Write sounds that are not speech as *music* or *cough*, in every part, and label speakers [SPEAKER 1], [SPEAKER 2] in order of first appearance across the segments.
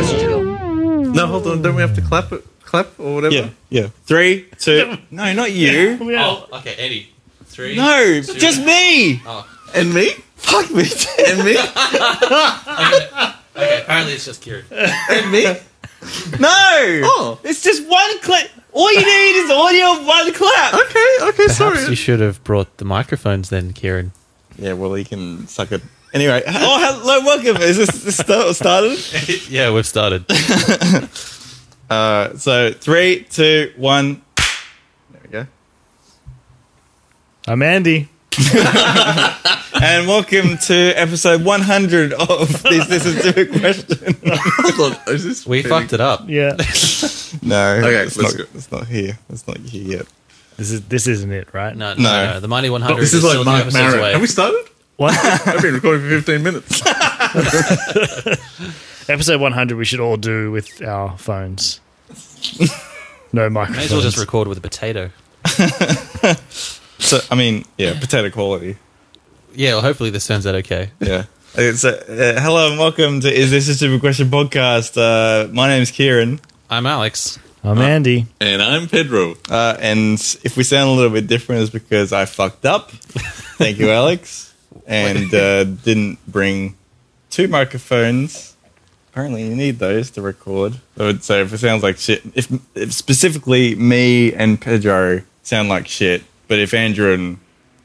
[SPEAKER 1] No, hold on. Don't we have to clap it? Clap or whatever?
[SPEAKER 2] Yeah, yeah. Three,
[SPEAKER 1] *laughs*
[SPEAKER 2] two. No, not
[SPEAKER 3] *laughs*
[SPEAKER 2] you.
[SPEAKER 4] Oh, okay, Eddie. Three.
[SPEAKER 2] No, just me.
[SPEAKER 4] Oh.
[SPEAKER 1] And me?
[SPEAKER 2] Fuck me.
[SPEAKER 3] *laughs*
[SPEAKER 1] And me?
[SPEAKER 4] Okay, apparently it's just Kieran.
[SPEAKER 1] And me?
[SPEAKER 2] No.
[SPEAKER 1] Oh.
[SPEAKER 2] It's just one clip. All you need is audio of one clap.
[SPEAKER 1] Okay, okay,
[SPEAKER 3] Perhaps you
[SPEAKER 1] sorry.
[SPEAKER 3] should have brought the microphones then, Kieran.
[SPEAKER 2] Yeah, well, he can suck it. Anyway, oh, hello, welcome. Is this, this st- started?
[SPEAKER 3] Yeah, we've started.
[SPEAKER 2] Uh, so, three, two, one. There we go.
[SPEAKER 5] I'm Andy.
[SPEAKER 2] And welcome to episode 100 of *laughs* This, this is Stupid
[SPEAKER 1] *laughs*
[SPEAKER 2] Question.
[SPEAKER 1] Hold on. Is this
[SPEAKER 3] We fucked it up.
[SPEAKER 5] Yeah. *laughs*
[SPEAKER 2] No,
[SPEAKER 1] Okay,
[SPEAKER 2] it's, not,
[SPEAKER 1] let's go.
[SPEAKER 2] it's not here. It's not here yet.
[SPEAKER 5] this is this isn't it, right?
[SPEAKER 3] No, no,
[SPEAKER 2] No.
[SPEAKER 3] no. The Mighty 100
[SPEAKER 1] This is
[SPEAKER 3] still
[SPEAKER 1] like Mark
[SPEAKER 3] a few episodes
[SPEAKER 1] Maron.
[SPEAKER 3] away.
[SPEAKER 1] Have we started?
[SPEAKER 5] What?
[SPEAKER 1] I've been recording for 15 minutes.
[SPEAKER 5] Episode 100 we should all do with our
[SPEAKER 3] *laughs*
[SPEAKER 5] phones.
[SPEAKER 3] May
[SPEAKER 5] No microphones.
[SPEAKER 3] as well just record with a potato.
[SPEAKER 2] So, I mean, yeah, potato quality.
[SPEAKER 3] Yeah, well, hopefully this turns out okay.
[SPEAKER 2] Yeah. It's, uh, uh, hello and welcome to Is This a Stupid Question podcast. Uh, my name's Kieran.
[SPEAKER 3] I'm Alex.
[SPEAKER 5] I'm Andy.
[SPEAKER 1] and I'm Pedro.
[SPEAKER 2] Uh, and if we sound a little bit different, it's because I fucked up. Thank you, Alex. And uh, didn't bring two microphones. Apparently, you need those to record. So so if it sounds like shit, if, if specifically me and Pedro sound like shit, but if Andrew and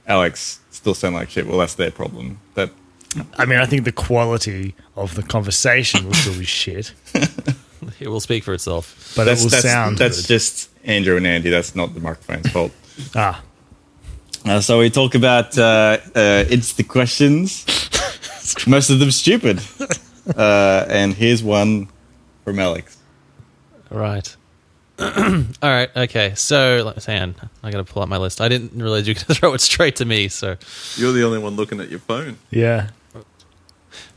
[SPEAKER 2] Alex still sound like shit, well, that's their problem. That
[SPEAKER 5] I mean, I think the quality of the conversation will still be shit,
[SPEAKER 3] It will speak for itself.
[SPEAKER 5] but
[SPEAKER 2] that's,
[SPEAKER 5] it will
[SPEAKER 2] that's,
[SPEAKER 5] sound
[SPEAKER 2] That's
[SPEAKER 5] good.
[SPEAKER 2] just Andrew and Andy. That's not the microphone's fault.
[SPEAKER 5] ah,
[SPEAKER 2] Uh, so we talk about uh, uh, it's the *laughs* questions. Most of them stupid. Uh, and here's one from Alex.
[SPEAKER 3] *clears throat* Right. All right. Okay. So, like, hang on. I got to pull up my list. I didn't realize you could *laughs* throw it straight to me. So,
[SPEAKER 1] You're the only one looking at your phone.
[SPEAKER 5] yeah.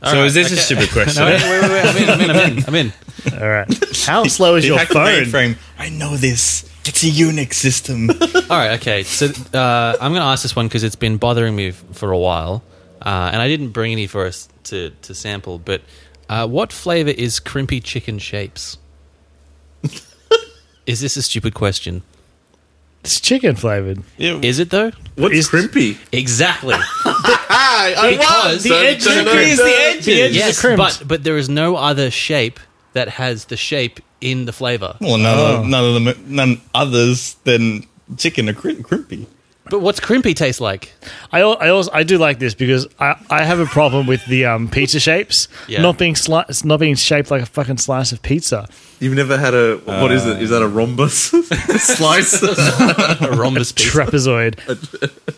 [SPEAKER 3] All
[SPEAKER 2] so
[SPEAKER 3] right,
[SPEAKER 2] is this a
[SPEAKER 3] okay.
[SPEAKER 2] stupid question?
[SPEAKER 3] *laughs* No, wait, wait, wait, wait. I'm in. I'm in. I'm in. I'm *laughs* in.
[SPEAKER 5] All right.
[SPEAKER 2] *laughs*
[SPEAKER 5] How slow is
[SPEAKER 2] He
[SPEAKER 5] your
[SPEAKER 2] hacked the
[SPEAKER 5] phone?
[SPEAKER 2] mainframe. I know this. It's a Unix *laughs* system.
[SPEAKER 3] All right, okay. So uh, I'm going to ask this one because it's been bothering me f- for a while, uh, and I didn't bring any for us to, to sample. But uh, what flavor is crimpy chicken *laughs* shapes? is this a stupid question?
[SPEAKER 5] It's chicken flavored.
[SPEAKER 3] Is it though?
[SPEAKER 1] What's
[SPEAKER 5] Is-
[SPEAKER 1] crimpy?
[SPEAKER 3] *laughs* Exactly.
[SPEAKER 1] I, I
[SPEAKER 3] Because-
[SPEAKER 1] Dun,
[SPEAKER 5] edge
[SPEAKER 1] dun,
[SPEAKER 5] of the
[SPEAKER 1] dun,
[SPEAKER 5] crease,
[SPEAKER 1] dun.
[SPEAKER 5] the edge. The edge.
[SPEAKER 3] yes,
[SPEAKER 5] crimped.
[SPEAKER 3] but but there is no other shape that has the shape in the flavor.
[SPEAKER 2] well, none, of, none of them, none others than chicken are cri- crimpy.
[SPEAKER 3] But what's crimpy taste like?
[SPEAKER 5] I, al- I also I do like this because I, I have a problem with the um, pizza shapes
[SPEAKER 3] Yeah.
[SPEAKER 5] not being sli- not being shaped like a fucking slice of pizza.
[SPEAKER 1] You've never had a. What is it? Is that a rhombus? Slice?
[SPEAKER 3] A *laughs* rhombus pizza.
[SPEAKER 5] trapezoid.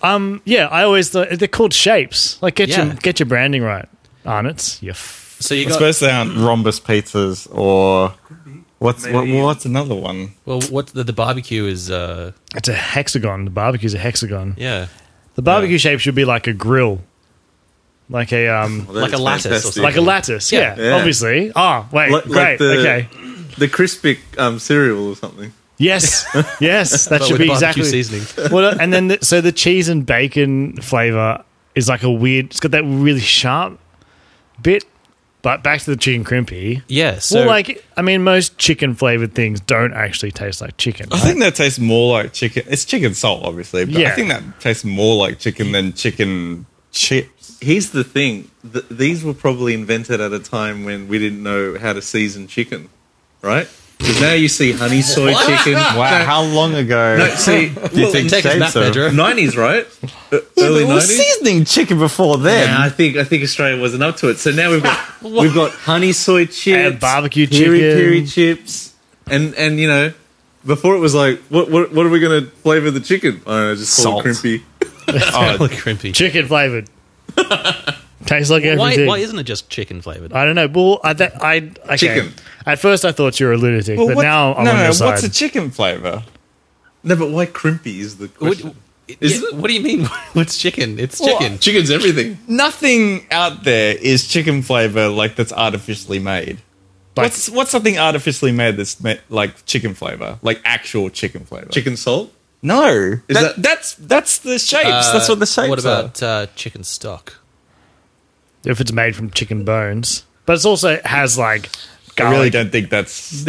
[SPEAKER 5] um, yeah, I always thought they're called shapes. Like get
[SPEAKER 3] Yeah.
[SPEAKER 5] your get your branding right, Arnott's. You f-
[SPEAKER 3] so
[SPEAKER 2] I
[SPEAKER 3] you got
[SPEAKER 2] suppose they aren't rhombus pizzas or what's what,
[SPEAKER 1] Maybe-
[SPEAKER 2] what's another one?
[SPEAKER 3] well. What the, the barbecue is? Uh,
[SPEAKER 5] it's a hexagon. The barbecue's a hexagon.
[SPEAKER 3] yeah.
[SPEAKER 5] The barbecue shape should be like a grill, like a um,
[SPEAKER 1] Well, that
[SPEAKER 3] Like a
[SPEAKER 1] is
[SPEAKER 3] lattice or
[SPEAKER 1] fantastic.
[SPEAKER 5] like a lattice. Yeah,
[SPEAKER 1] Oh, Yeah.
[SPEAKER 5] obviously. Ah, wait,
[SPEAKER 1] Like- like
[SPEAKER 5] great.
[SPEAKER 1] the-
[SPEAKER 5] okay.
[SPEAKER 1] The crispy um, cereal or something.
[SPEAKER 5] Yes,
[SPEAKER 3] *laughs*
[SPEAKER 5] yes, that
[SPEAKER 3] but
[SPEAKER 5] should
[SPEAKER 3] with
[SPEAKER 5] be
[SPEAKER 3] barbecue
[SPEAKER 5] exactly.
[SPEAKER 3] seasoning.
[SPEAKER 5] *laughs* Well, and then the, so the cheese and bacon flavor is like a weird. It's got that really sharp bit. But back to the chicken crimpy.
[SPEAKER 3] Yeah. So
[SPEAKER 5] well, like I mean, most chicken flavored things don't actually taste like chicken.
[SPEAKER 2] I
[SPEAKER 5] right?
[SPEAKER 2] think that tastes more like chicken. It's chicken salt, obviously, but I
[SPEAKER 5] Yeah.
[SPEAKER 2] think that tastes more like chicken than chicken chips.
[SPEAKER 1] Here's the thing: th- these were probably invented at a time when we didn't know how to season chicken, right? Because now you see honey soy chicken.
[SPEAKER 2] Wow, how long ago?
[SPEAKER 1] No, see, well,
[SPEAKER 2] think
[SPEAKER 3] take us
[SPEAKER 2] shapes
[SPEAKER 3] back,
[SPEAKER 2] are-
[SPEAKER 3] Pedro. *laughs*
[SPEAKER 1] 90s, right? Uh, Early
[SPEAKER 2] we were
[SPEAKER 1] 90s.
[SPEAKER 2] seasoning chicken before then.
[SPEAKER 1] Yeah, I think I think Australia wasn't up to it. So now we've got we've got honey soy chips,
[SPEAKER 5] And barbecue
[SPEAKER 1] piri
[SPEAKER 5] chicken.
[SPEAKER 1] piri chips, and and you know, before it was like, what what, what are we going to flavor the chicken? I don't know, just call
[SPEAKER 2] Salt.
[SPEAKER 1] it crimpy.
[SPEAKER 2] Oh,
[SPEAKER 3] Totally crimpy. *laughs*
[SPEAKER 5] chicken flavored tastes like
[SPEAKER 3] Why,
[SPEAKER 5] everything.
[SPEAKER 3] why isn't it just chicken flavored?
[SPEAKER 5] I don't know. Well, I, that, I okay.
[SPEAKER 1] Chicken.
[SPEAKER 5] At first, I thought you were a lunatic,
[SPEAKER 2] Well,
[SPEAKER 5] but
[SPEAKER 2] what-
[SPEAKER 5] now I'm
[SPEAKER 2] no,
[SPEAKER 5] on
[SPEAKER 2] no,
[SPEAKER 5] your side.
[SPEAKER 2] what's a chicken flavor?
[SPEAKER 1] No, but why crimpy is the
[SPEAKER 3] What,
[SPEAKER 1] question?
[SPEAKER 3] is
[SPEAKER 1] Is
[SPEAKER 3] yeah,
[SPEAKER 1] it?
[SPEAKER 3] what do you mean? *laughs* What's chicken? It's chicken.
[SPEAKER 1] Chicken's everything.
[SPEAKER 2] Nothing out there is chicken flavor like that's artificially made.
[SPEAKER 5] Like-
[SPEAKER 2] what's what's something artificially made that's ma- like chicken flavor, like actual chicken flavor?
[SPEAKER 1] Chicken salt.
[SPEAKER 2] No,
[SPEAKER 1] Is
[SPEAKER 2] That-
[SPEAKER 1] that-
[SPEAKER 2] that's that's the shapes. that's what the shapes
[SPEAKER 3] Uh, What
[SPEAKER 2] are.
[SPEAKER 3] about uh, chicken stock?
[SPEAKER 5] if it's made from chicken bones, But it's also has like
[SPEAKER 2] I
[SPEAKER 5] garlic.
[SPEAKER 2] really don't think that's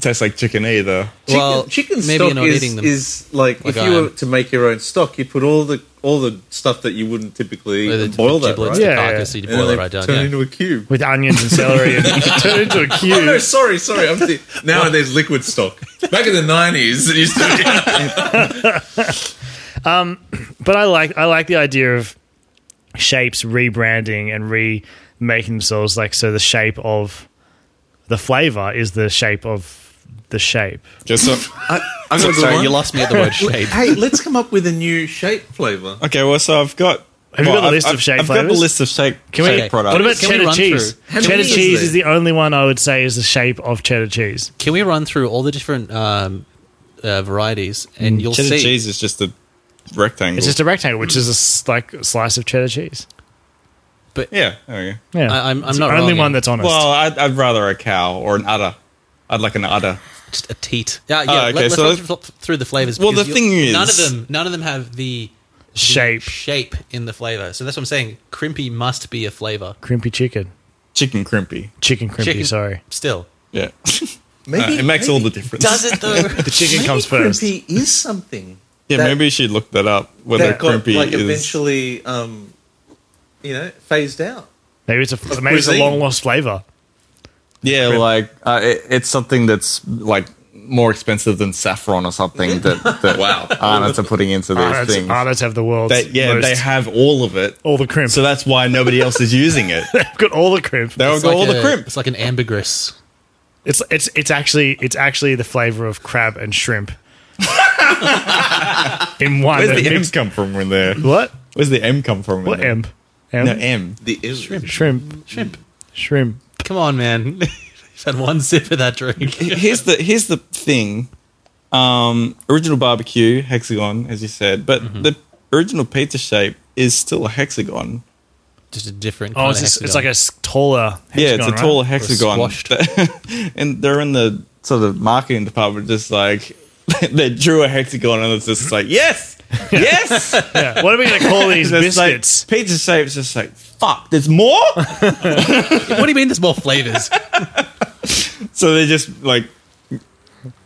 [SPEAKER 2] tastes like chicken either.
[SPEAKER 1] Chicken,
[SPEAKER 3] well,
[SPEAKER 1] chicken
[SPEAKER 3] maybe
[SPEAKER 1] stock
[SPEAKER 3] you're not
[SPEAKER 1] is,
[SPEAKER 3] eating them.
[SPEAKER 1] is like,
[SPEAKER 3] Like
[SPEAKER 1] if
[SPEAKER 3] I
[SPEAKER 1] you were
[SPEAKER 3] am.
[SPEAKER 1] to make your own stock, you put all the all the stuff that you wouldn't typically eat
[SPEAKER 3] Whether
[SPEAKER 1] and
[SPEAKER 3] it's
[SPEAKER 1] boil
[SPEAKER 3] the
[SPEAKER 1] that,
[SPEAKER 3] giblets,
[SPEAKER 1] right?
[SPEAKER 3] the
[SPEAKER 5] Yeah, yeah.
[SPEAKER 3] carcass, you
[SPEAKER 1] And then
[SPEAKER 3] boil
[SPEAKER 1] they
[SPEAKER 3] it right down.
[SPEAKER 1] turn
[SPEAKER 3] yeah.
[SPEAKER 1] into a cube.
[SPEAKER 5] with onions and
[SPEAKER 1] *laughs*
[SPEAKER 5] celery and turn into a
[SPEAKER 1] Oh, no,
[SPEAKER 5] cube.
[SPEAKER 1] sorry, sorry. I'm *laughs* th- now there's liquid stock. Back in the nineties, it used to be
[SPEAKER 5] But I like I like the idea of shapes rebranding and remaking themselves like so the shape of the flavor is the shape of the shape.
[SPEAKER 2] Just so,
[SPEAKER 5] *laughs*
[SPEAKER 3] I'm
[SPEAKER 1] gonna go
[SPEAKER 3] sorry,
[SPEAKER 1] on.
[SPEAKER 3] you lost me at the
[SPEAKER 2] *laughs*
[SPEAKER 3] word shape.
[SPEAKER 1] Hey, let's come up with a new shape flavor.
[SPEAKER 2] okay. Well, so I've got.
[SPEAKER 5] Have you
[SPEAKER 2] well,
[SPEAKER 5] got the
[SPEAKER 2] I've-
[SPEAKER 5] list of
[SPEAKER 2] I've-
[SPEAKER 5] shake
[SPEAKER 2] I've got
[SPEAKER 5] flavors?
[SPEAKER 2] the list of shake,
[SPEAKER 5] Can
[SPEAKER 2] shake
[SPEAKER 5] we?
[SPEAKER 3] Okay.
[SPEAKER 2] products.
[SPEAKER 5] What about
[SPEAKER 3] Can we
[SPEAKER 5] cheddar
[SPEAKER 3] run
[SPEAKER 5] cheese?
[SPEAKER 3] through-
[SPEAKER 1] How many
[SPEAKER 5] Cheddar
[SPEAKER 1] is
[SPEAKER 5] cheese
[SPEAKER 1] there?
[SPEAKER 5] is the only one I would say is the shape of cheddar cheese.
[SPEAKER 3] Can we run through all the different um, uh, varieties and you'll
[SPEAKER 2] cheddar
[SPEAKER 3] see?
[SPEAKER 2] cheese is just a rectangle.
[SPEAKER 5] It's just a rectangle, which is a s- like a slice of cheddar cheese.
[SPEAKER 2] yeah. There we go.
[SPEAKER 5] Yeah,
[SPEAKER 3] I- I'm- I'm
[SPEAKER 5] It's
[SPEAKER 3] not
[SPEAKER 5] the only
[SPEAKER 3] wrong,
[SPEAKER 5] one
[SPEAKER 3] yeah.
[SPEAKER 5] that's honest.
[SPEAKER 2] Well, I'd, I'd rather a cow or an udder. I'd like an udder.
[SPEAKER 3] Just a teat. Yeah, yeah.
[SPEAKER 2] Oh,
[SPEAKER 3] let,
[SPEAKER 2] okay,
[SPEAKER 3] us
[SPEAKER 2] so
[SPEAKER 3] run
[SPEAKER 2] let's-
[SPEAKER 3] thro- through the flavors.
[SPEAKER 2] Well,
[SPEAKER 3] because
[SPEAKER 2] the
[SPEAKER 3] you'll-
[SPEAKER 2] thing
[SPEAKER 3] none of
[SPEAKER 2] is-
[SPEAKER 3] them, none of them have the the
[SPEAKER 5] Shape.
[SPEAKER 3] shape in the flavor. So that's what I'm saying. Crimpy must be a flavor.
[SPEAKER 5] crimpy chicken,
[SPEAKER 2] Chicken crimpy.
[SPEAKER 5] chicken crimpy.
[SPEAKER 3] Chicken-
[SPEAKER 5] Sorry,
[SPEAKER 3] Still
[SPEAKER 2] Yeah. *laughs* Uh,
[SPEAKER 1] Maybe
[SPEAKER 2] it makes all the difference.
[SPEAKER 3] does it
[SPEAKER 1] *laughs*
[SPEAKER 3] though?
[SPEAKER 5] the chicken
[SPEAKER 1] maybe
[SPEAKER 5] comes first.
[SPEAKER 1] crimpy is something
[SPEAKER 2] yeah,
[SPEAKER 1] that-
[SPEAKER 2] maybe you should look that up. Whether
[SPEAKER 1] that got
[SPEAKER 2] crimpy
[SPEAKER 1] like
[SPEAKER 2] is
[SPEAKER 1] eventually, um, you know, phased out.
[SPEAKER 5] Maybe it's a maybe it's a
[SPEAKER 1] cuisine.
[SPEAKER 5] long lost flavor.
[SPEAKER 2] yeah, like uh, it, it's something that's like more expensive than saffron or something that,
[SPEAKER 1] *laughs*
[SPEAKER 2] that wow Arnott's are putting into these
[SPEAKER 5] Arnott's,
[SPEAKER 2] things.
[SPEAKER 5] Arnott's have the world's
[SPEAKER 2] They- yeah,
[SPEAKER 5] most-
[SPEAKER 2] they have all of it,
[SPEAKER 5] all the crimp.
[SPEAKER 2] so
[SPEAKER 5] *laughs*
[SPEAKER 2] that's why nobody else is using *laughs* it.
[SPEAKER 5] I've got all the crimp.
[SPEAKER 2] They'll
[SPEAKER 3] It's
[SPEAKER 2] go
[SPEAKER 3] like
[SPEAKER 2] all
[SPEAKER 3] a-
[SPEAKER 2] the crimp.
[SPEAKER 3] It's like an ambergris.
[SPEAKER 5] It's it's it's actually it's actually the flavor of crab
[SPEAKER 2] *laughs*
[SPEAKER 5] and shrimp in one.
[SPEAKER 2] Where's the
[SPEAKER 5] It
[SPEAKER 2] M
[SPEAKER 5] mix-
[SPEAKER 2] come from in there?
[SPEAKER 5] what?
[SPEAKER 2] Where's the M come from? in
[SPEAKER 5] What
[SPEAKER 2] there?
[SPEAKER 5] M? M?
[SPEAKER 2] No M.
[SPEAKER 1] The shrimp.
[SPEAKER 5] Shrimp.
[SPEAKER 3] Shrimp.
[SPEAKER 5] Shrimp.
[SPEAKER 3] Come on, man. *laughs* You've had one sip of that drink.
[SPEAKER 2] *laughs* here's the here's the thing. Um, original barbecue hexagon, as you said, but the original pizza shape is still a hexagon.
[SPEAKER 3] Just a different.
[SPEAKER 5] Oh,
[SPEAKER 3] kind
[SPEAKER 5] it's,
[SPEAKER 3] of
[SPEAKER 5] just, it's
[SPEAKER 3] hexagon.
[SPEAKER 5] like a s- taller.
[SPEAKER 2] yeah, it's a
[SPEAKER 5] hexagon,
[SPEAKER 2] taller
[SPEAKER 5] right?
[SPEAKER 2] hexagon,
[SPEAKER 3] squashed.
[SPEAKER 2] *laughs* and they're in the sort of marketing department, just like *laughs* they drew a hexagon, and it's just like *laughs* yes, yes.
[SPEAKER 5] Yeah. What are we
[SPEAKER 2] *laughs*
[SPEAKER 5] gonna call these
[SPEAKER 2] It's like,
[SPEAKER 5] biscuits?
[SPEAKER 2] pizza shape's just like fuck. There's more,
[SPEAKER 3] what do you mean? There's more
[SPEAKER 5] *laughs*
[SPEAKER 3] flavors.
[SPEAKER 2] so they just like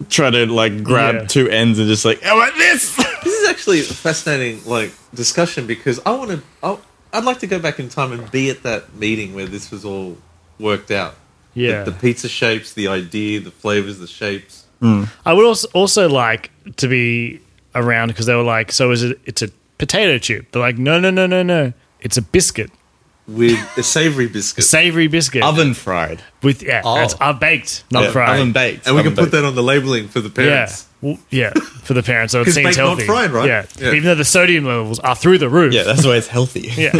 [SPEAKER 2] try to like grab
[SPEAKER 5] Yeah.
[SPEAKER 2] two ends and just like I want this. *laughs*
[SPEAKER 1] This is actually a fascinating, like discussion because I want to. I'd like to go back in time and be at that meeting where this was all worked out.
[SPEAKER 5] yeah.
[SPEAKER 1] The, the pizza shapes, the idea, the flavors, the shapes.
[SPEAKER 5] I would also also like to be around because they were like, so is it? It's a potato chip. They're like, no, no, no, no, no. It's a biscuit,
[SPEAKER 1] with a savory biscuit.
[SPEAKER 5] savory biscuit
[SPEAKER 2] Oven fried.
[SPEAKER 5] with yeah,
[SPEAKER 3] Oh.
[SPEAKER 5] it's uh, baked, not
[SPEAKER 2] Yeah,
[SPEAKER 5] fried.
[SPEAKER 2] Oven baked.
[SPEAKER 1] and we
[SPEAKER 2] oven
[SPEAKER 1] can put
[SPEAKER 2] baked.
[SPEAKER 1] that on the labeling for the
[SPEAKER 5] Yeah.
[SPEAKER 1] parents.
[SPEAKER 5] Well, yeah, for the parents, so it
[SPEAKER 1] 'Cause
[SPEAKER 5] seems
[SPEAKER 1] baked, not
[SPEAKER 5] healthy.
[SPEAKER 1] fried, right?
[SPEAKER 5] Yeah.
[SPEAKER 1] Yeah.
[SPEAKER 5] even though the sodium levels are through the roof.
[SPEAKER 2] Yeah, that's why it's healthy.
[SPEAKER 5] *laughs* Yeah.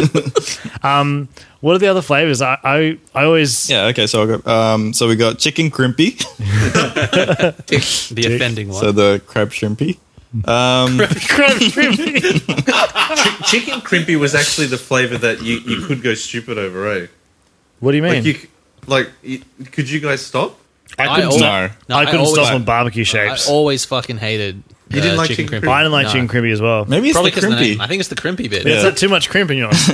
[SPEAKER 5] um, what are the other flavors? I I, I *laughs* always
[SPEAKER 2] Yeah, okay, so I got um so we got chicken crimpy, *laughs*
[SPEAKER 3] the offending one.
[SPEAKER 2] so the crab shrimpy.
[SPEAKER 3] *laughs*
[SPEAKER 2] Um
[SPEAKER 1] Chicken crimpy was actually the flavor that you, you could go stupid over, eh?
[SPEAKER 5] What do you mean?
[SPEAKER 1] Like, you, c- like you, could you guys stop?
[SPEAKER 3] I
[SPEAKER 5] couldn't
[SPEAKER 3] al-
[SPEAKER 2] stop-
[SPEAKER 3] no,
[SPEAKER 5] I couldn't
[SPEAKER 3] always-
[SPEAKER 5] stop on barbecue shapes.
[SPEAKER 3] I always fucking hated.
[SPEAKER 1] You didn't like chicken
[SPEAKER 5] I didn't like
[SPEAKER 3] No.
[SPEAKER 5] chicken crimpy as well.
[SPEAKER 2] maybe it's
[SPEAKER 3] Probably
[SPEAKER 2] the
[SPEAKER 3] because of the name. I
[SPEAKER 2] crimpy.
[SPEAKER 3] think it's the crimpy bit.
[SPEAKER 5] Yeah, It's
[SPEAKER 2] Yeah.
[SPEAKER 5] not too much crimp in yours.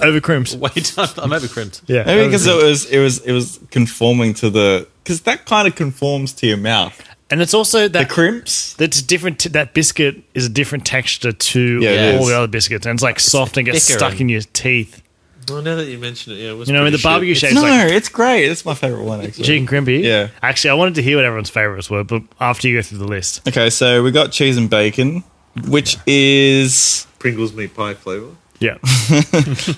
[SPEAKER 5] Over
[SPEAKER 3] *laughs*
[SPEAKER 5] crimps.
[SPEAKER 3] Wait, I'm, I'm over crimped.
[SPEAKER 5] Yeah.
[SPEAKER 2] Maybe because it
[SPEAKER 5] over-crimped.
[SPEAKER 2] was it was it was conforming to the because that kind of conforms to your mouth.
[SPEAKER 5] and it's also
[SPEAKER 2] The
[SPEAKER 5] that
[SPEAKER 2] crimps,
[SPEAKER 5] that's different. T- that biscuit is a different texture to
[SPEAKER 2] Yeah,
[SPEAKER 3] it
[SPEAKER 5] all
[SPEAKER 2] is.
[SPEAKER 5] the other biscuits, and it's like soft and gets
[SPEAKER 3] thicker
[SPEAKER 5] stuck
[SPEAKER 3] and-
[SPEAKER 5] in your teeth.
[SPEAKER 1] Well, now that you mention it, yeah, it was
[SPEAKER 5] You know, in the
[SPEAKER 1] pretty
[SPEAKER 5] barbecue
[SPEAKER 1] shit.
[SPEAKER 5] shape,
[SPEAKER 2] no,
[SPEAKER 5] it's like
[SPEAKER 2] it's great. It's my favorite one actually.
[SPEAKER 5] chicken crimpy.
[SPEAKER 2] Yeah.
[SPEAKER 5] Actually, I wanted to hear what everyone's favorites were, but after you go through the list,
[SPEAKER 2] Okay, so we got cheese and bacon, which is
[SPEAKER 1] Pringles meat pie flavor.
[SPEAKER 5] yeah,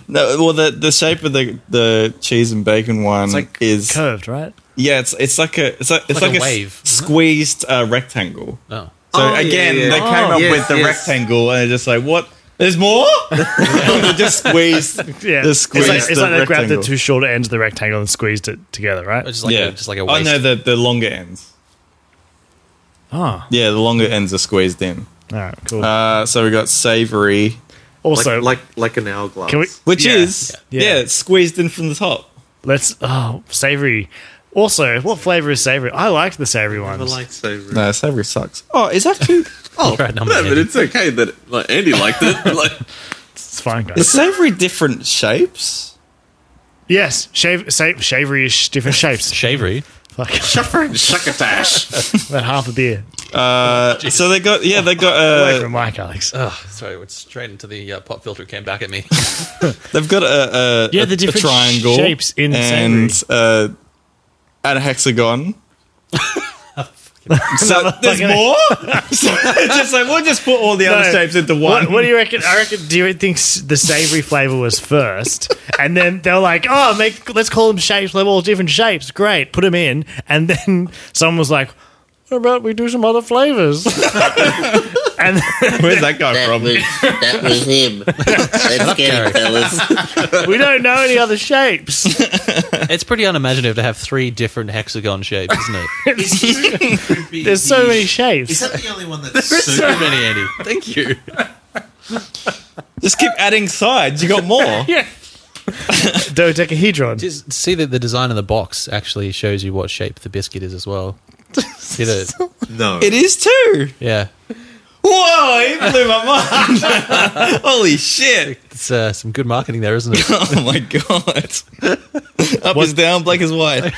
[SPEAKER 2] no, well the the shape of the the cheese and bacon one
[SPEAKER 5] like
[SPEAKER 2] is
[SPEAKER 5] curved, right?
[SPEAKER 2] yeah, it's it's like a it's like, it's
[SPEAKER 3] Like
[SPEAKER 2] like, a, s-
[SPEAKER 3] a wave, isn't it?
[SPEAKER 2] squeezed uh, rectangle.
[SPEAKER 3] Oh.
[SPEAKER 2] So
[SPEAKER 1] Oh, yeah,
[SPEAKER 2] again,
[SPEAKER 1] yeah,
[SPEAKER 2] they
[SPEAKER 1] yeah.
[SPEAKER 2] came
[SPEAKER 1] Oh,
[SPEAKER 2] up
[SPEAKER 1] yes,
[SPEAKER 2] with the
[SPEAKER 1] yes.
[SPEAKER 2] rectangle and they're just like, what? There's more? they just squeezed.
[SPEAKER 5] *laughs* Yeah,
[SPEAKER 2] They
[SPEAKER 5] it's like,
[SPEAKER 2] squeezed
[SPEAKER 5] it's
[SPEAKER 2] the
[SPEAKER 5] like they grabbed the
[SPEAKER 2] rectangle.
[SPEAKER 5] two shorter ends of the rectangle and squeezed it together, right?
[SPEAKER 3] It's just like
[SPEAKER 2] yeah.
[SPEAKER 3] a, just like a
[SPEAKER 2] oh,
[SPEAKER 3] waist.
[SPEAKER 2] no, the, the longer ends.
[SPEAKER 5] Ah.
[SPEAKER 2] Yeah, the longer ends are squeezed in.
[SPEAKER 5] All right, cool.
[SPEAKER 2] Uh, so we got savory,
[SPEAKER 1] Like,
[SPEAKER 5] also,
[SPEAKER 1] like like an hourglass.
[SPEAKER 5] can we?
[SPEAKER 2] which
[SPEAKER 5] yeah,
[SPEAKER 2] is,
[SPEAKER 5] yeah.
[SPEAKER 2] yeah. it's squeezed in from the top.
[SPEAKER 5] let's oh savory. Also, what flavor is savory? I liked the savory
[SPEAKER 1] I
[SPEAKER 5] ones.
[SPEAKER 1] like savory.
[SPEAKER 2] No, savory sucks. Oh, is that too?
[SPEAKER 1] Oh,
[SPEAKER 3] Right, number
[SPEAKER 1] no,
[SPEAKER 3] ten.
[SPEAKER 1] but it's okay that like *laughs* Andy liked it. Like,
[SPEAKER 5] It's fine, guys.
[SPEAKER 2] is savory different shapes?
[SPEAKER 5] Yes, shave, save, savory ish different
[SPEAKER 3] *laughs*
[SPEAKER 5] shapes.
[SPEAKER 3] Shavery.
[SPEAKER 5] Fuck,
[SPEAKER 1] Shuckatash.
[SPEAKER 5] about half a beer
[SPEAKER 2] Uh, so they got yeah they got
[SPEAKER 5] away
[SPEAKER 2] uh,
[SPEAKER 5] from Mike, Alex.
[SPEAKER 3] Oh, sorry, went straight into the uh, pop filter. Came back at me.
[SPEAKER 2] they've got a, a
[SPEAKER 5] Yeah,
[SPEAKER 2] a-
[SPEAKER 5] the
[SPEAKER 2] a
[SPEAKER 5] different
[SPEAKER 2] triangle
[SPEAKER 5] shapes in
[SPEAKER 2] and uh, and a
[SPEAKER 5] *laughs*
[SPEAKER 2] hexagon. so there's more.
[SPEAKER 5] *laughs*
[SPEAKER 2] *laughs* so it's just like we'll just put all the other
[SPEAKER 5] No.
[SPEAKER 2] shapes into one.
[SPEAKER 5] What, what do you reckon? I reckon. Do you think s- the savory flavor was first, and then they're like, "Oh, make let's call them shapes. They're all different shapes. Great, put them in." And then *laughs* someone was like, "What about we do some other flavors?" and *laughs*
[SPEAKER 2] Where's that guy
[SPEAKER 6] That
[SPEAKER 2] from?
[SPEAKER 6] was that was him. Let's get him, fellas.
[SPEAKER 5] we don't know any other shapes.
[SPEAKER 3] it's pretty unimaginative to have three different hexagon shapes, isn't it? *laughs*
[SPEAKER 5] There's so many
[SPEAKER 1] Is
[SPEAKER 5] shapes.
[SPEAKER 1] that the only one that's super?
[SPEAKER 3] Too many, Andy. Thank you.
[SPEAKER 2] Just keep adding sides. You got more.
[SPEAKER 5] *laughs* Yeah, dodecahedron.
[SPEAKER 3] Just see that the design of the box actually shows you what shape the biscuit is as well. *laughs* See that?
[SPEAKER 1] No.
[SPEAKER 2] It is too.
[SPEAKER 3] Yeah,
[SPEAKER 2] Whoa! He blew my mind. *laughs* Holy shit!
[SPEAKER 3] it's uh, some good marketing there, isn't *laughs* it?
[SPEAKER 2] *laughs* Oh my god. Up is down, black is
[SPEAKER 5] *laughs*
[SPEAKER 2] white.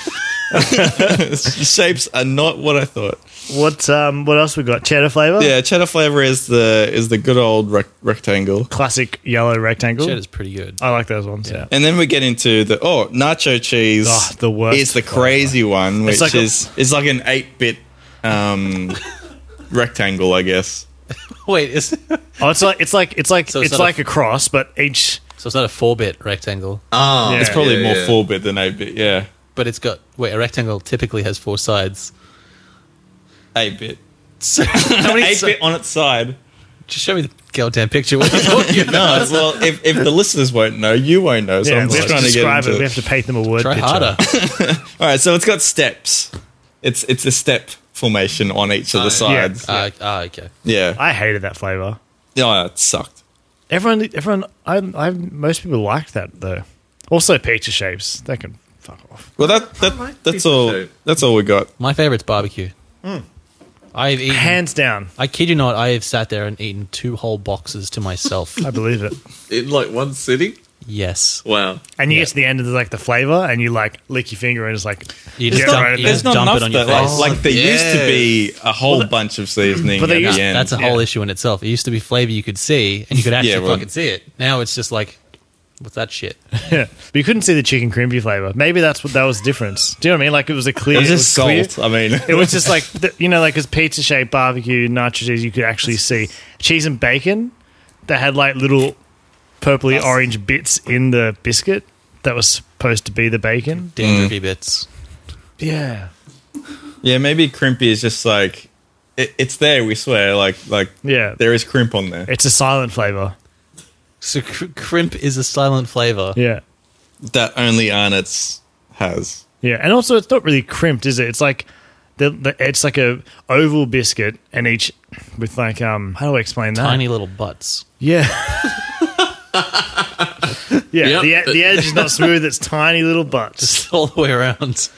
[SPEAKER 2] *laughs* Shapes are not what I thought.
[SPEAKER 5] What um? What else we got? Cheddar flavor.
[SPEAKER 2] Yeah, cheddar flavor is the is the good old rec- rectangle,
[SPEAKER 5] Classic yellow rectangle.
[SPEAKER 3] Cheddar's pretty good.
[SPEAKER 5] I like those ones. Yeah.
[SPEAKER 2] and then we get into the oh nacho cheese.
[SPEAKER 5] Oh, the worst
[SPEAKER 2] is the
[SPEAKER 5] flavor.
[SPEAKER 2] crazy one, which
[SPEAKER 5] like a-
[SPEAKER 2] is is like an eight bit
[SPEAKER 5] *laughs*
[SPEAKER 2] um, rectangle, I guess.
[SPEAKER 3] *laughs* Wait, is so
[SPEAKER 5] Oh, it's like it's like it's like
[SPEAKER 3] So it's
[SPEAKER 5] it's
[SPEAKER 3] not a-
[SPEAKER 5] like a cross, but each
[SPEAKER 3] it's not a four-bit rectangle,
[SPEAKER 1] Ah,
[SPEAKER 5] It's
[SPEAKER 2] It's probably
[SPEAKER 1] yeah,
[SPEAKER 2] more
[SPEAKER 1] yeah.
[SPEAKER 2] four bit than eight bit. Yeah,
[SPEAKER 3] but it's got wait. A rectangle typically has four sides.
[SPEAKER 2] eight bit.
[SPEAKER 3] *laughs* So, how many?
[SPEAKER 2] Eight
[SPEAKER 3] si-
[SPEAKER 2] bit on its side.
[SPEAKER 3] just show me the goddamn picture. What are *laughs* you talking about?
[SPEAKER 2] No, well, if, if the listeners won't know, you won't know. So
[SPEAKER 5] yeah,
[SPEAKER 2] I'm
[SPEAKER 5] we
[SPEAKER 2] just
[SPEAKER 5] have to
[SPEAKER 2] trying to get
[SPEAKER 5] describe
[SPEAKER 2] into
[SPEAKER 5] it. We have to paint them a word
[SPEAKER 3] Try
[SPEAKER 5] picture.
[SPEAKER 3] harder.
[SPEAKER 2] All right, so it's got steps. It's it's a step formation on each of the sides.
[SPEAKER 3] Ah, ah, okay.
[SPEAKER 2] Yeah,
[SPEAKER 5] Oh, I hated that flavor.
[SPEAKER 2] yeah, it sucked.
[SPEAKER 5] Everyone, everyone, I, I, most people liked that though. Also, pizza shapes. They can fuck off.
[SPEAKER 2] Well, that, that that's
[SPEAKER 1] pizza
[SPEAKER 2] all.
[SPEAKER 1] shape.
[SPEAKER 2] That's all we got.
[SPEAKER 3] My favorite's barbecue. I've eaten.
[SPEAKER 5] Hands down,
[SPEAKER 3] I kid you not. I have sat there and eaten two whole boxes
[SPEAKER 1] *laughs*
[SPEAKER 3] to myself.
[SPEAKER 5] I believe it.
[SPEAKER 1] In like one sitting?
[SPEAKER 3] yes.
[SPEAKER 1] Wow.
[SPEAKER 5] And you get to the end of the, like the flavor, and you like lick your finger and it's like
[SPEAKER 3] You just
[SPEAKER 5] Yeah,
[SPEAKER 3] dump,
[SPEAKER 5] right,
[SPEAKER 3] you
[SPEAKER 5] there's
[SPEAKER 3] just dump it on your
[SPEAKER 2] that-
[SPEAKER 3] face.
[SPEAKER 2] Like, like there used to
[SPEAKER 1] yeah.
[SPEAKER 2] be a whole bunch of seasoning
[SPEAKER 5] but
[SPEAKER 2] at
[SPEAKER 5] they
[SPEAKER 2] the
[SPEAKER 5] used-
[SPEAKER 2] end.
[SPEAKER 3] That's a whole issue in itself. It used to be flavor you could see and you could actually
[SPEAKER 2] Yeah, well- Mm.
[SPEAKER 3] fucking see it. Now it's just like, what's that shit?
[SPEAKER 5] yeah. But you couldn't see the chicken crimpy flavor. Maybe that's what that was the difference. Do you know what I mean? Like it was a clear.
[SPEAKER 2] it was
[SPEAKER 5] it
[SPEAKER 2] just
[SPEAKER 5] was clear.
[SPEAKER 2] salt. I mean,
[SPEAKER 5] It was just like the, you know, like his pizza shaped barbecue nacho cheese. You could actually see cheese and bacon that had like little purpley orange bits in the biscuit that was supposed to be the bacon.
[SPEAKER 3] Dandruffy bits.
[SPEAKER 5] Yeah,
[SPEAKER 2] yeah, maybe crimpy is just like it, it's there. We swear, like like
[SPEAKER 5] yeah.
[SPEAKER 2] there is crimp on there.
[SPEAKER 5] It's a silent flavor.
[SPEAKER 3] So cr- crimp is a silent flavor.
[SPEAKER 5] Yeah,
[SPEAKER 2] That only Arnott's has.
[SPEAKER 5] yeah. And also, it's not really crimped, is it? It's like the, the it's like a oval biscuit, and each with like um. How do I explain that?
[SPEAKER 3] Tiny little butts. *laughs*
[SPEAKER 5] Yeah. *laughs*
[SPEAKER 1] Yep.
[SPEAKER 5] yeah, the the, the edge is not smooth. It's tiny little butts.
[SPEAKER 3] Just all the way around.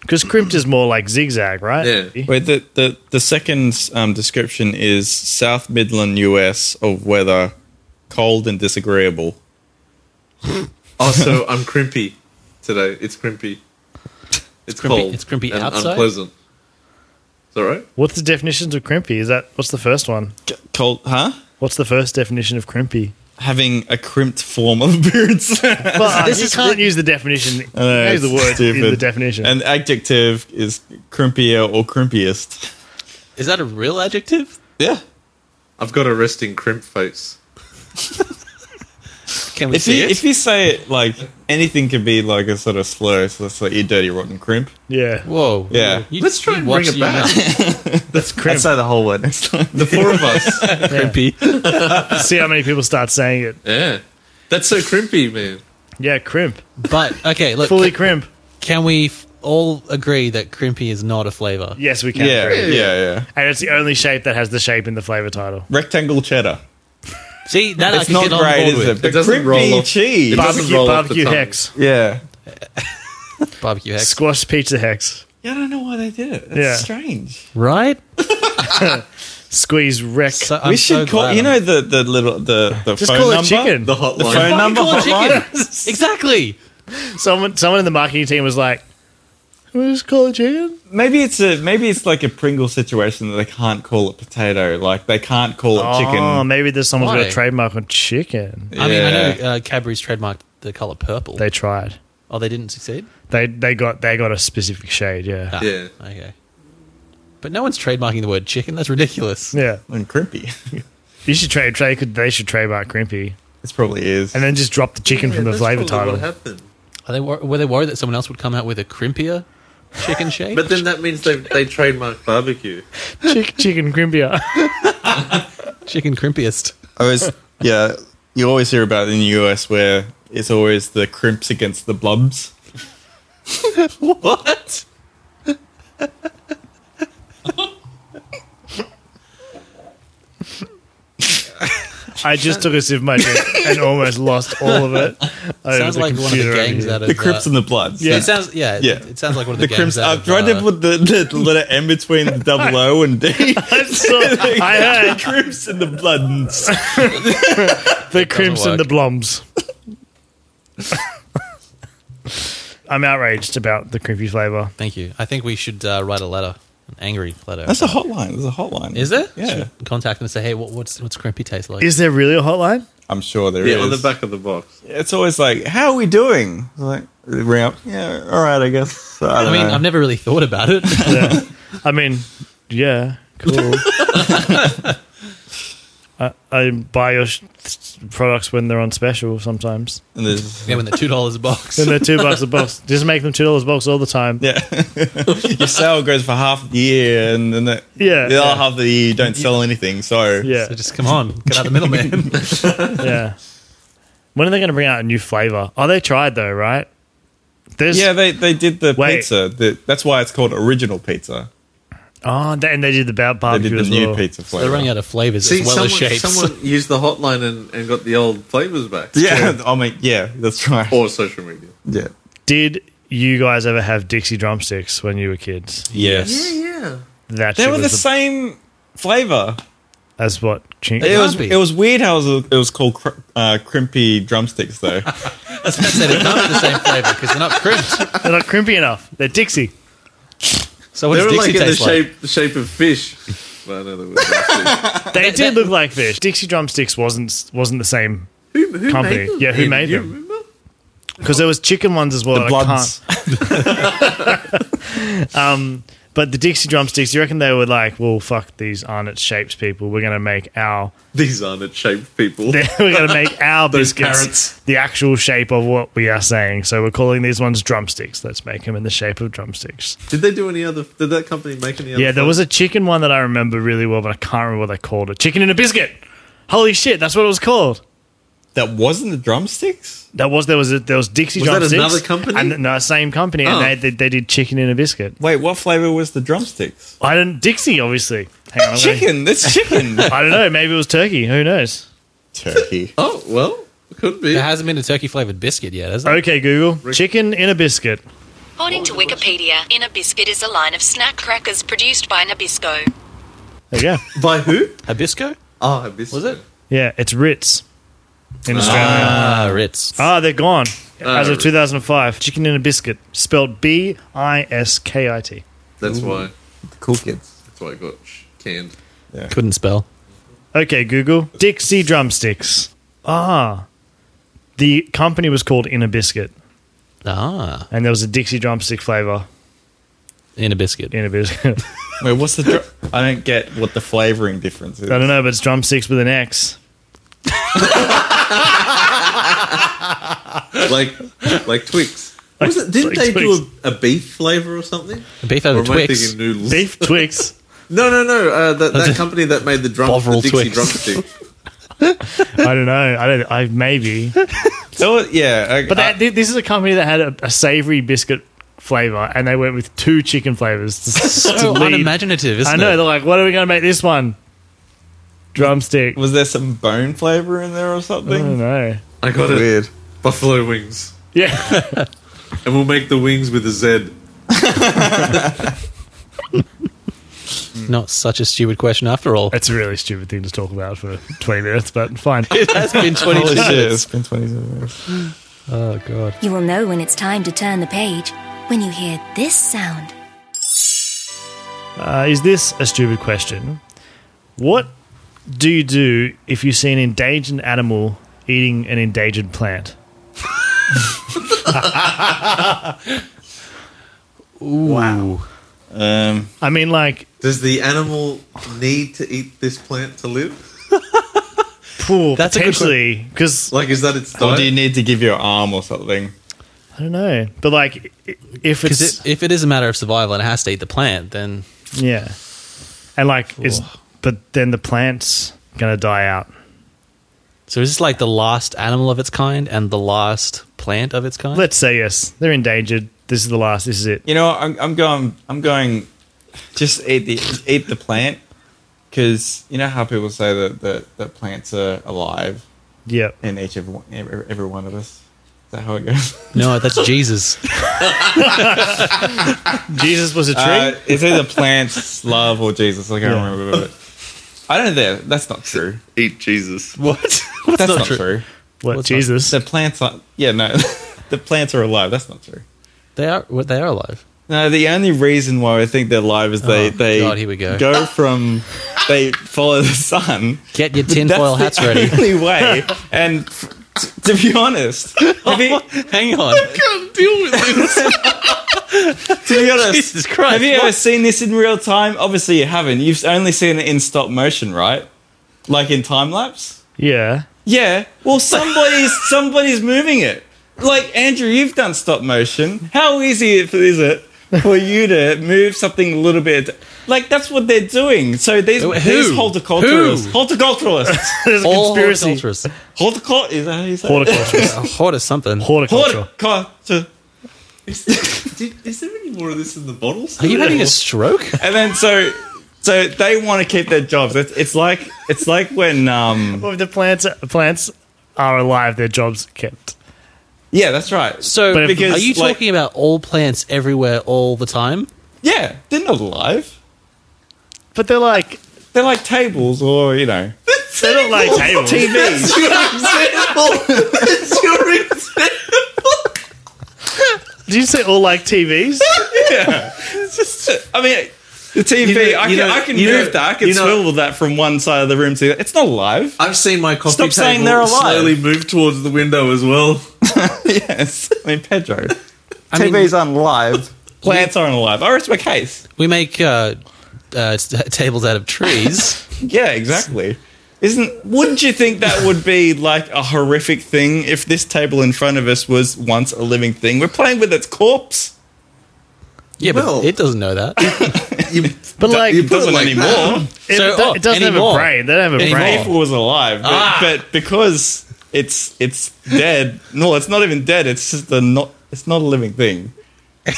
[SPEAKER 5] Because crimped is more like zigzag, right?
[SPEAKER 1] Yeah.
[SPEAKER 2] Wait, the the, the second um, description is South Midland, US, of weather, cold and disagreeable.
[SPEAKER 1] Oh, so I'm crimpy today. It's crimpy. It's,
[SPEAKER 3] crimpy-
[SPEAKER 1] cold.
[SPEAKER 3] it's crimpy
[SPEAKER 1] and
[SPEAKER 3] outside?
[SPEAKER 1] Unpleasant. Is that right?
[SPEAKER 5] What's the definitions of crimpy? Is that what's the first one?
[SPEAKER 2] C- cold, huh?
[SPEAKER 5] What's the first definition
[SPEAKER 2] *laughs*
[SPEAKER 5] of crimpy?
[SPEAKER 2] Having a crimped form of *laughs* appearance. I
[SPEAKER 5] Well,
[SPEAKER 3] This
[SPEAKER 5] you
[SPEAKER 3] is
[SPEAKER 5] can't
[SPEAKER 3] cri-
[SPEAKER 5] use the definition.
[SPEAKER 2] know,
[SPEAKER 5] use the
[SPEAKER 2] it's
[SPEAKER 5] word in the
[SPEAKER 2] stupid.
[SPEAKER 5] definition.
[SPEAKER 2] An adjective is crimpier or crimpiest.
[SPEAKER 3] Is that a real adjective?
[SPEAKER 2] Yeah.
[SPEAKER 1] I've got a resting crimp face.
[SPEAKER 3] Can we
[SPEAKER 2] If
[SPEAKER 3] see
[SPEAKER 2] you,
[SPEAKER 3] it?
[SPEAKER 2] if you say it like anything can be like a sort of slur, so it's like you dirty rotten crimp.
[SPEAKER 5] yeah,
[SPEAKER 3] Whoa.
[SPEAKER 2] Yeah.
[SPEAKER 3] You,
[SPEAKER 1] Let's try
[SPEAKER 3] you
[SPEAKER 1] and
[SPEAKER 3] watch
[SPEAKER 1] bring it
[SPEAKER 3] your
[SPEAKER 1] back.
[SPEAKER 3] mouth.
[SPEAKER 5] that's crimp.
[SPEAKER 2] the whole word next time.
[SPEAKER 1] The four
[SPEAKER 2] *laughs*
[SPEAKER 1] of us.
[SPEAKER 3] Crimpy.
[SPEAKER 5] See how many people start saying it.
[SPEAKER 1] Yeah. That's so crimpy, man.
[SPEAKER 5] Yeah, crimp,
[SPEAKER 3] But, okay, look.
[SPEAKER 5] fully crimp.
[SPEAKER 3] Can we f- all agree that crimpy is not a flavor?
[SPEAKER 5] Yes, we can.
[SPEAKER 2] Yeah, yeah,
[SPEAKER 5] crimp.
[SPEAKER 2] yeah.
[SPEAKER 5] and it's the only shape that has the shape in the flavor title.
[SPEAKER 2] Rectangle cheddar.
[SPEAKER 3] See, that I
[SPEAKER 2] It's
[SPEAKER 3] can
[SPEAKER 2] not
[SPEAKER 3] get on
[SPEAKER 2] great,
[SPEAKER 3] board
[SPEAKER 2] is
[SPEAKER 3] with.
[SPEAKER 2] it? But
[SPEAKER 1] doesn't
[SPEAKER 2] crimpy
[SPEAKER 1] roll off-
[SPEAKER 2] cheese.
[SPEAKER 1] It doesn't
[SPEAKER 5] Barbecue,
[SPEAKER 1] roll off the
[SPEAKER 5] barbecue
[SPEAKER 1] tongue.
[SPEAKER 5] hex,
[SPEAKER 2] Yeah.
[SPEAKER 3] Barbecue hex.
[SPEAKER 5] squash pizza hex,
[SPEAKER 2] Yeah, I don't know why they did it. That's
[SPEAKER 5] Yeah.
[SPEAKER 2] strange.
[SPEAKER 3] Right?
[SPEAKER 5] squeeze wreck.
[SPEAKER 3] So, I'm
[SPEAKER 2] we should
[SPEAKER 3] so
[SPEAKER 2] call
[SPEAKER 3] glad
[SPEAKER 2] you
[SPEAKER 3] I'm-
[SPEAKER 2] know the the little the the
[SPEAKER 5] Just
[SPEAKER 2] phone
[SPEAKER 5] call it
[SPEAKER 2] number?
[SPEAKER 5] chicken.
[SPEAKER 1] The hotline.
[SPEAKER 2] The phone number
[SPEAKER 3] Call
[SPEAKER 2] *laughs*
[SPEAKER 3] it
[SPEAKER 2] hotline?
[SPEAKER 3] chicken. exactly.
[SPEAKER 5] someone, someone in the marketing team was like, "We just call it chicken."
[SPEAKER 2] Maybe it's a maybe it's like a Pringle situation that they can't call it potato. Like they can't call it
[SPEAKER 5] Oh,
[SPEAKER 2] chicken.
[SPEAKER 5] maybe there's someone's got
[SPEAKER 3] Why?
[SPEAKER 5] a trademark on chicken.
[SPEAKER 3] I mean, I
[SPEAKER 2] Yeah.
[SPEAKER 3] know uh, Cadbury's trademarked the color purple.
[SPEAKER 5] They tried.
[SPEAKER 3] oh, they didn't succeed.
[SPEAKER 5] They they got they got a specific shade. Yeah.
[SPEAKER 3] Ah,
[SPEAKER 1] Yeah.
[SPEAKER 3] Okay. But no one's trademarking the word chicken. That's ridiculous.
[SPEAKER 5] Yeah.
[SPEAKER 2] and crimpy. *laughs*
[SPEAKER 5] You should trade trade. Could they should trademark crimpy
[SPEAKER 2] it probably is.
[SPEAKER 5] and then just drop the chicken from the flavor title.
[SPEAKER 1] What happened.
[SPEAKER 3] Are they wor- were they worried that someone else would come out with a crimpier chicken shape?
[SPEAKER 1] But then that means they they trademarked barbecue.
[SPEAKER 5] Chick, chicken crimpier.
[SPEAKER 3] chicken crimpiest.
[SPEAKER 2] I was yeah. You always hear about it in the US where it's always the crimps against the blobs.
[SPEAKER 3] What?
[SPEAKER 5] I just took a sip of my drink and almost lost all
[SPEAKER 3] *laughs*
[SPEAKER 5] of it.
[SPEAKER 2] Oh,
[SPEAKER 5] I
[SPEAKER 3] sounds like one of the games out of
[SPEAKER 2] The crimps
[SPEAKER 3] uh,
[SPEAKER 2] and the bloods.
[SPEAKER 5] Yeah.
[SPEAKER 3] It sounds yeah. it-
[SPEAKER 2] Yeah.
[SPEAKER 3] It, sounds like one of the,
[SPEAKER 2] The
[SPEAKER 3] games
[SPEAKER 2] crimps.
[SPEAKER 3] out
[SPEAKER 2] I'm
[SPEAKER 3] of.
[SPEAKER 2] trying
[SPEAKER 3] uh,
[SPEAKER 2] to put the, the letter M between the
[SPEAKER 3] *laughs*
[SPEAKER 2] double O and D. *laughs*
[SPEAKER 5] I heard
[SPEAKER 2] crimps and the bloods.
[SPEAKER 5] the crimps and the
[SPEAKER 3] work. *laughs*
[SPEAKER 5] bloms. I'm outraged about the crimpy flavour.
[SPEAKER 3] Thank you. I think we should uh, write a letter, an angry letter.
[SPEAKER 2] That's a hotline. There's a hotline.
[SPEAKER 3] Is there?
[SPEAKER 2] Yeah.
[SPEAKER 3] Should contact them and say, hey, what, what's what's crimpy taste like?
[SPEAKER 5] Is there really a hotline?
[SPEAKER 2] I'm sure there is.
[SPEAKER 1] Yeah, on the back of the box.
[SPEAKER 2] It's always like, how are we doing? It's like, they ring up. Yeah, all right, I guess. I,
[SPEAKER 3] I
[SPEAKER 2] don't
[SPEAKER 3] mean,
[SPEAKER 1] Uh,
[SPEAKER 2] know.
[SPEAKER 3] I've never really thought about
[SPEAKER 1] *laughs*
[SPEAKER 3] it.
[SPEAKER 5] Yeah. I mean, yeah,
[SPEAKER 2] *laughs*
[SPEAKER 5] cool. I, I buy your sh- products when they're on special sometimes.
[SPEAKER 2] And there's-
[SPEAKER 3] yeah, when the two dollars a box.
[SPEAKER 5] Then they're two bucks a box.
[SPEAKER 2] *laughs*
[SPEAKER 5] Just make them two dollars a box all the time.
[SPEAKER 2] yeah. *laughs* Your sale goes for half the year, and then the,
[SPEAKER 5] Yeah,
[SPEAKER 2] the
[SPEAKER 5] yeah.
[SPEAKER 2] other half of the year you don't sell anything. So
[SPEAKER 5] Yeah,
[SPEAKER 3] So just come on, get out of the middleman.
[SPEAKER 1] *laughs*
[SPEAKER 5] yeah. When are they going to bring out a new flavor? Oh, they tried though, right? There's,
[SPEAKER 2] Yeah, they, they did the
[SPEAKER 5] Wait.
[SPEAKER 2] pizza. The, that's why it's called original pizza.
[SPEAKER 5] Oh, they- and they did the bar-
[SPEAKER 2] They
[SPEAKER 5] barbecue
[SPEAKER 2] did the
[SPEAKER 5] as
[SPEAKER 2] new
[SPEAKER 5] well.
[SPEAKER 2] pizza
[SPEAKER 3] They're
[SPEAKER 2] flavor.
[SPEAKER 3] running out of flavors
[SPEAKER 1] See,
[SPEAKER 3] as well
[SPEAKER 1] someone,
[SPEAKER 3] as shapes. *laughs*
[SPEAKER 1] someone used the hotline and, and got the old flavors back.
[SPEAKER 2] yeah, *laughs* I mean, yeah, that's right.
[SPEAKER 1] Or social media.
[SPEAKER 2] yeah.
[SPEAKER 5] Did you guys ever have Dixie drumsticks when you were kids?
[SPEAKER 2] Yes.
[SPEAKER 1] Yeah.
[SPEAKER 5] That
[SPEAKER 2] They
[SPEAKER 5] shit
[SPEAKER 2] were the
[SPEAKER 5] was the-
[SPEAKER 2] same flavor.
[SPEAKER 5] as what? Ching-
[SPEAKER 2] It was
[SPEAKER 3] be.
[SPEAKER 2] it was weird how it was, it was called cr- uh, crimpy drumsticks *laughs* though.
[SPEAKER 3] That's not said it comes the same flavor because they're not crimped.
[SPEAKER 5] they're not crimpy enough. They're Dixie.
[SPEAKER 3] So what
[SPEAKER 1] They
[SPEAKER 3] does
[SPEAKER 1] were like
[SPEAKER 3] Dixie
[SPEAKER 1] in the
[SPEAKER 3] taste like?
[SPEAKER 1] shape the shape of fish. *laughs* But I know that was
[SPEAKER 5] They did look like fish. Dixie drumsticks wasn't wasn't the same
[SPEAKER 1] who, who
[SPEAKER 5] Company.
[SPEAKER 1] Made them?
[SPEAKER 5] Yeah, who
[SPEAKER 1] Ian,
[SPEAKER 5] made
[SPEAKER 1] you
[SPEAKER 5] them?
[SPEAKER 1] Remember?
[SPEAKER 5] because there was chicken ones as well. and I
[SPEAKER 2] Bloods.
[SPEAKER 5] can't- But the Dixie drumsticks, you reckon they were like, well, fuck these aren't its shapes, people. We're gonna make our *laughs*
[SPEAKER 1] These aren't it shaped people.
[SPEAKER 5] we're gonna make our
[SPEAKER 1] Those
[SPEAKER 5] biscuits
[SPEAKER 1] carrots.
[SPEAKER 5] the actual shape of what we are saying. So we're calling these ones drumsticks. Let's make them in the shape of drumsticks.
[SPEAKER 1] Did they do any other? Did that company make any other?
[SPEAKER 5] Yeah, there was a chicken one that I remember really well, but I can't remember what they called it. Chicken in a biscuit. Holy shit, that's what it was called.
[SPEAKER 2] That wasn't the drumsticks.
[SPEAKER 5] That was there was a, there was Dixie
[SPEAKER 1] Was that
[SPEAKER 5] drumsticks.
[SPEAKER 1] another company?
[SPEAKER 5] And no, same company,
[SPEAKER 1] Oh.
[SPEAKER 5] and they, they they did chicken in a biscuit.
[SPEAKER 2] Wait, what flavor was the drumsticks?
[SPEAKER 5] I didn't Dixie, obviously. Hang on, I'm gonna-
[SPEAKER 2] Chicken. That's chicken.
[SPEAKER 5] I don't know. Maybe it was turkey. Who knows?
[SPEAKER 2] *laughs* Turkey.
[SPEAKER 1] Oh well, could be.
[SPEAKER 3] There hasn't been a turkey flavored biscuit yet, has there?
[SPEAKER 5] Okay, Google. Chicken in a biscuit.
[SPEAKER 7] According to Wikipedia, In a Biscuit is a line of snack crackers produced by Nabisco.
[SPEAKER 5] There you go.
[SPEAKER 1] *laughs* By who?
[SPEAKER 3] Hibisco?
[SPEAKER 1] Oh, Hibisco.
[SPEAKER 3] Was it?
[SPEAKER 5] Yeah, it's Ritz in Australia.
[SPEAKER 3] Ah, Ritz.
[SPEAKER 5] Ah, they're gone. As of
[SPEAKER 1] Ritz.
[SPEAKER 5] 2005, chicken in a biscuit, spelled B I S K I T.
[SPEAKER 1] That's why.
[SPEAKER 2] Cool kids.
[SPEAKER 1] That's why I got sh- canned.
[SPEAKER 3] Couldn't spell.
[SPEAKER 5] Okay, Google. Dixie drumsticks. Ah. The company was called Inner Biscuit,
[SPEAKER 3] Ah,
[SPEAKER 5] and there was a Dixie drumstick flavor
[SPEAKER 3] in a biscuit.
[SPEAKER 5] in a biscuit. *laughs*
[SPEAKER 2] Wait, what's the? Dr- I don't get what the flavoring difference is.
[SPEAKER 5] I don't know, but it's drumsticks with an X.
[SPEAKER 1] Like, like Twix. Was it? Didn't
[SPEAKER 5] *laughs*
[SPEAKER 1] they
[SPEAKER 5] like Twix.
[SPEAKER 1] do a, a beef flavor or something?
[SPEAKER 3] Beef out
[SPEAKER 1] Or
[SPEAKER 3] of
[SPEAKER 1] am I
[SPEAKER 3] Twix.
[SPEAKER 1] thinking noodles?
[SPEAKER 5] Beef Twix.
[SPEAKER 1] No, no, no. Uh, that, that company that made the drum, the
[SPEAKER 3] Bovril
[SPEAKER 1] Dixie
[SPEAKER 3] Twix.
[SPEAKER 1] drumstick.
[SPEAKER 5] I don't know. I don't. I maybe.
[SPEAKER 2] So yeah, uh, I,
[SPEAKER 5] But
[SPEAKER 2] I-
[SPEAKER 5] that, this is a company that had a, a savory biscuit flavor, and they went with two chicken flavors. To,
[SPEAKER 3] So
[SPEAKER 5] to lead.
[SPEAKER 3] unimaginative, isn't
[SPEAKER 5] I know.
[SPEAKER 3] it?
[SPEAKER 5] They're like, what are we going to make this one? Drumstick. I
[SPEAKER 2] was there some bone flavor in there or
[SPEAKER 5] don't
[SPEAKER 2] something?
[SPEAKER 5] know.
[SPEAKER 1] I got it.
[SPEAKER 2] Weird.
[SPEAKER 1] Buffalo wings,
[SPEAKER 5] Yeah. *laughs*
[SPEAKER 1] and we'll make the wings with a Z.
[SPEAKER 3] Not such a stupid question after all.
[SPEAKER 5] That's a really stupid thing to talk about for 20 minutes, but fine.
[SPEAKER 3] *laughs* It has been 22
[SPEAKER 2] Holy shit,
[SPEAKER 3] minutes.
[SPEAKER 2] it's been 22 minutes.
[SPEAKER 3] Oh god.
[SPEAKER 8] You will know when it's time to turn the page when you hear this sound.
[SPEAKER 5] Uh, is this a stupid question? What do you do if you see an endangered animal eating an endangered plant?
[SPEAKER 2] Um,
[SPEAKER 5] I mean, like,
[SPEAKER 1] Does the animal need to eat this plant to live?
[SPEAKER 5] poor,
[SPEAKER 3] That's a good
[SPEAKER 5] potentially, because
[SPEAKER 1] Like, is that its
[SPEAKER 2] or do you
[SPEAKER 1] diet?
[SPEAKER 2] need to give your arm or something?
[SPEAKER 5] I don't know, but like, i- if it's
[SPEAKER 3] Because if it is a matter of survival and it has to eat the plant, then
[SPEAKER 5] yeah, and like, it's but then the plant's gonna die out.
[SPEAKER 3] so is this like the last animal of its kind and the last plant of its kind?
[SPEAKER 5] Let's say yes, they're endangered. This is the last. This is it.
[SPEAKER 2] You know, I'm, I'm going. I'm going. Just eat the eat the plant because you know how people say that that, that plants are alive
[SPEAKER 5] Yep.
[SPEAKER 2] in each every, one- every, every one of us. Is that how it goes?
[SPEAKER 3] no, that's Jesus.
[SPEAKER 5] Jesus was a tree.
[SPEAKER 2] *laughs* Uh, it's *laughs* either plants, love, or Jesus. I can't remember. But I don't know. That, that's not true. *laughs*
[SPEAKER 1] Eat Jesus.
[SPEAKER 3] what?
[SPEAKER 2] that's
[SPEAKER 3] not
[SPEAKER 2] not,
[SPEAKER 3] true?
[SPEAKER 2] true.
[SPEAKER 5] what
[SPEAKER 3] what's
[SPEAKER 5] Jesus?
[SPEAKER 2] The plants are. Yeah, no. *laughs* the plants are alive. That's not true.
[SPEAKER 3] They are. What they are alive.
[SPEAKER 2] No, the only reason why I think they're alive is they
[SPEAKER 3] Oh,
[SPEAKER 2] they
[SPEAKER 3] God, here we go.
[SPEAKER 2] from they follow the *laughs* sun.
[SPEAKER 3] Get your tinfoil
[SPEAKER 2] That's
[SPEAKER 3] hats
[SPEAKER 2] the *laughs*
[SPEAKER 3] ready.
[SPEAKER 2] Only way. And f- t- to be honest, have you,
[SPEAKER 3] Hang on. *laughs*
[SPEAKER 2] to be honest,
[SPEAKER 3] Jesus Christ,
[SPEAKER 2] have you
[SPEAKER 3] what?
[SPEAKER 2] ever seen this in real time? Obviously, you haven't. You've only seen it in stop motion, right? Like in time lapse.
[SPEAKER 5] Yeah. *laughs*
[SPEAKER 2] Yeah. Well,
[SPEAKER 3] *laughs*
[SPEAKER 2] somebody's somebody's moving it. Like Andrew, you've done stop motion. How easy it- is it for you to move something a little bit? Like that's what they're doing. So these
[SPEAKER 3] Who?
[SPEAKER 2] these horticulturalists,
[SPEAKER 3] Who?
[SPEAKER 2] horticulturalists,
[SPEAKER 3] *laughs*
[SPEAKER 5] There's a
[SPEAKER 3] All
[SPEAKER 5] conspiracy.
[SPEAKER 3] horticulturists.
[SPEAKER 2] horticul is that how you say? it?
[SPEAKER 5] Horticulture.
[SPEAKER 3] A hort is something. *laughs*
[SPEAKER 5] Horticulture.
[SPEAKER 2] Horticulture.
[SPEAKER 1] Did, is there any more of this in the bottles?
[SPEAKER 3] Are you having a stroke?
[SPEAKER 2] And then so so they want to keep their jobs. It's, it's like it's like when um
[SPEAKER 5] Well, if the plants plants are alive, their jobs kept.
[SPEAKER 2] yeah, that's right.
[SPEAKER 3] So,
[SPEAKER 5] But if-
[SPEAKER 3] because, are you
[SPEAKER 2] like-
[SPEAKER 3] talking about all plants everywhere all the time?
[SPEAKER 2] Yeah, they're not alive.
[SPEAKER 5] But they're like
[SPEAKER 2] They're like tables or you know
[SPEAKER 5] they're not like *laughs* tables.
[SPEAKER 2] TVs.
[SPEAKER 5] Did you say all like TVs?
[SPEAKER 2] I mean. The TV,
[SPEAKER 1] You know-
[SPEAKER 2] I can,
[SPEAKER 1] you know-
[SPEAKER 2] I can
[SPEAKER 1] you know-
[SPEAKER 2] move that. I can
[SPEAKER 1] you know-
[SPEAKER 2] swivel that from one side of the room to the It's not alive.
[SPEAKER 1] I've seen my coffee
[SPEAKER 2] Stop
[SPEAKER 1] table
[SPEAKER 2] saying they're alive.
[SPEAKER 1] slowly move towards the window as well.
[SPEAKER 2] *laughs* yes. I mean, Pedro.
[SPEAKER 3] I mean,
[SPEAKER 2] aren't alive. Plants aren't alive. I rest my case.
[SPEAKER 3] we make uh, uh, t- *laughs* tables out of trees.
[SPEAKER 2] Yeah, exactly. Isn't? Wouldn't you think that would be like a horrific thing if this table in front of us was once a living thing? We're playing with its corpse.
[SPEAKER 3] yeah,
[SPEAKER 1] Well-
[SPEAKER 3] but it doesn't know that.
[SPEAKER 1] You,
[SPEAKER 5] But like,
[SPEAKER 1] you
[SPEAKER 2] It doesn't
[SPEAKER 1] like
[SPEAKER 2] anymore.
[SPEAKER 5] it,
[SPEAKER 3] So,
[SPEAKER 5] it do-
[SPEAKER 3] oh,
[SPEAKER 5] it doesn't
[SPEAKER 3] anymore.
[SPEAKER 5] have a brain. They don't have a
[SPEAKER 2] If
[SPEAKER 5] brain.
[SPEAKER 2] April was alive, but,
[SPEAKER 3] Ah.
[SPEAKER 2] but because it's it's dead. No, it's not even dead. It's just a not. It's not a living thing.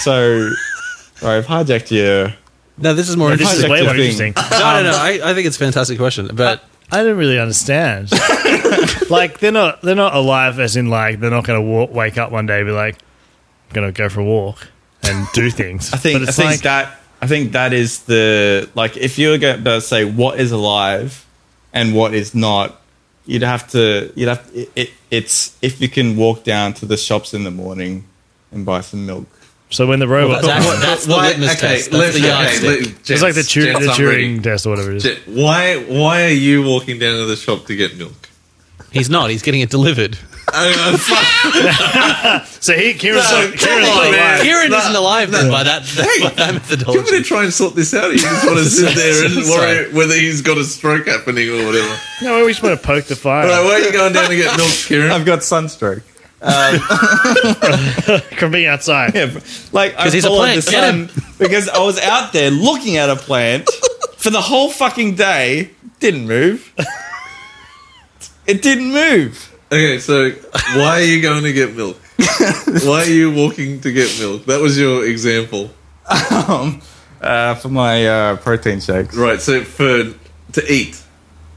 [SPEAKER 2] So, *laughs* right, I've hijacked you.
[SPEAKER 3] No, this is more
[SPEAKER 5] This
[SPEAKER 3] interesting.
[SPEAKER 5] is way
[SPEAKER 2] Objective
[SPEAKER 5] more
[SPEAKER 2] thing.
[SPEAKER 5] interesting.
[SPEAKER 3] no, no, no. I, I think it's a fantastic question, but
[SPEAKER 5] I don't really understand. like they're not they're not alive as in like they're not going to walk, wake up one day and be like I'm going to go for a walk and do things.
[SPEAKER 2] I think
[SPEAKER 5] but
[SPEAKER 2] I
[SPEAKER 5] it's
[SPEAKER 2] think
[SPEAKER 5] like
[SPEAKER 2] that I think that is the like if you were going to say what is alive and what is not, you'd have to you'd have it, it, it's if you can walk down to the shops in the morning and buy some milk.
[SPEAKER 5] so when the robot
[SPEAKER 3] that's actually- That's the litmus test. That's the yardstick.
[SPEAKER 5] *laughs* it's like the, tu- the
[SPEAKER 1] Turing.
[SPEAKER 5] Turing test or whatever it is.
[SPEAKER 1] Why? Why are you walking down to the shop to get *laughs* milk?
[SPEAKER 3] he's not. He's getting it delivered.
[SPEAKER 1] Uh, fuck,
[SPEAKER 5] So he Kieran's
[SPEAKER 1] No,
[SPEAKER 5] no, Kieran's
[SPEAKER 1] come on,
[SPEAKER 5] alive.
[SPEAKER 1] man.
[SPEAKER 3] Kieran isn't alive then by that, by that
[SPEAKER 1] you want me to
[SPEAKER 3] methodology.
[SPEAKER 1] try and sort this out? Or you just *laughs* want to sit there and
[SPEAKER 3] Sorry.
[SPEAKER 1] worry whether he's got a stroke happening or whatever.
[SPEAKER 5] No, we just want to poke the fire.
[SPEAKER 1] All right, why are you going down to get milk, Kieran?
[SPEAKER 2] I've got sunstroke.
[SPEAKER 5] *laughs* from
[SPEAKER 2] *laughs*
[SPEAKER 5] being
[SPEAKER 2] *laughs*
[SPEAKER 5] outside.
[SPEAKER 2] Yeah, but, like I
[SPEAKER 3] he's a
[SPEAKER 2] followed
[SPEAKER 3] plant,
[SPEAKER 2] the
[SPEAKER 3] get
[SPEAKER 2] sun *laughs* because I was out there looking at a plant for the whole fucking day. Didn't move. *laughs* It didn't move.
[SPEAKER 1] Okay, so why are you going to get *laughs* milk? why are you walking to get milk? That was your example,
[SPEAKER 2] Um, uh, for my uh, protein shakes.
[SPEAKER 1] right? So for to eat,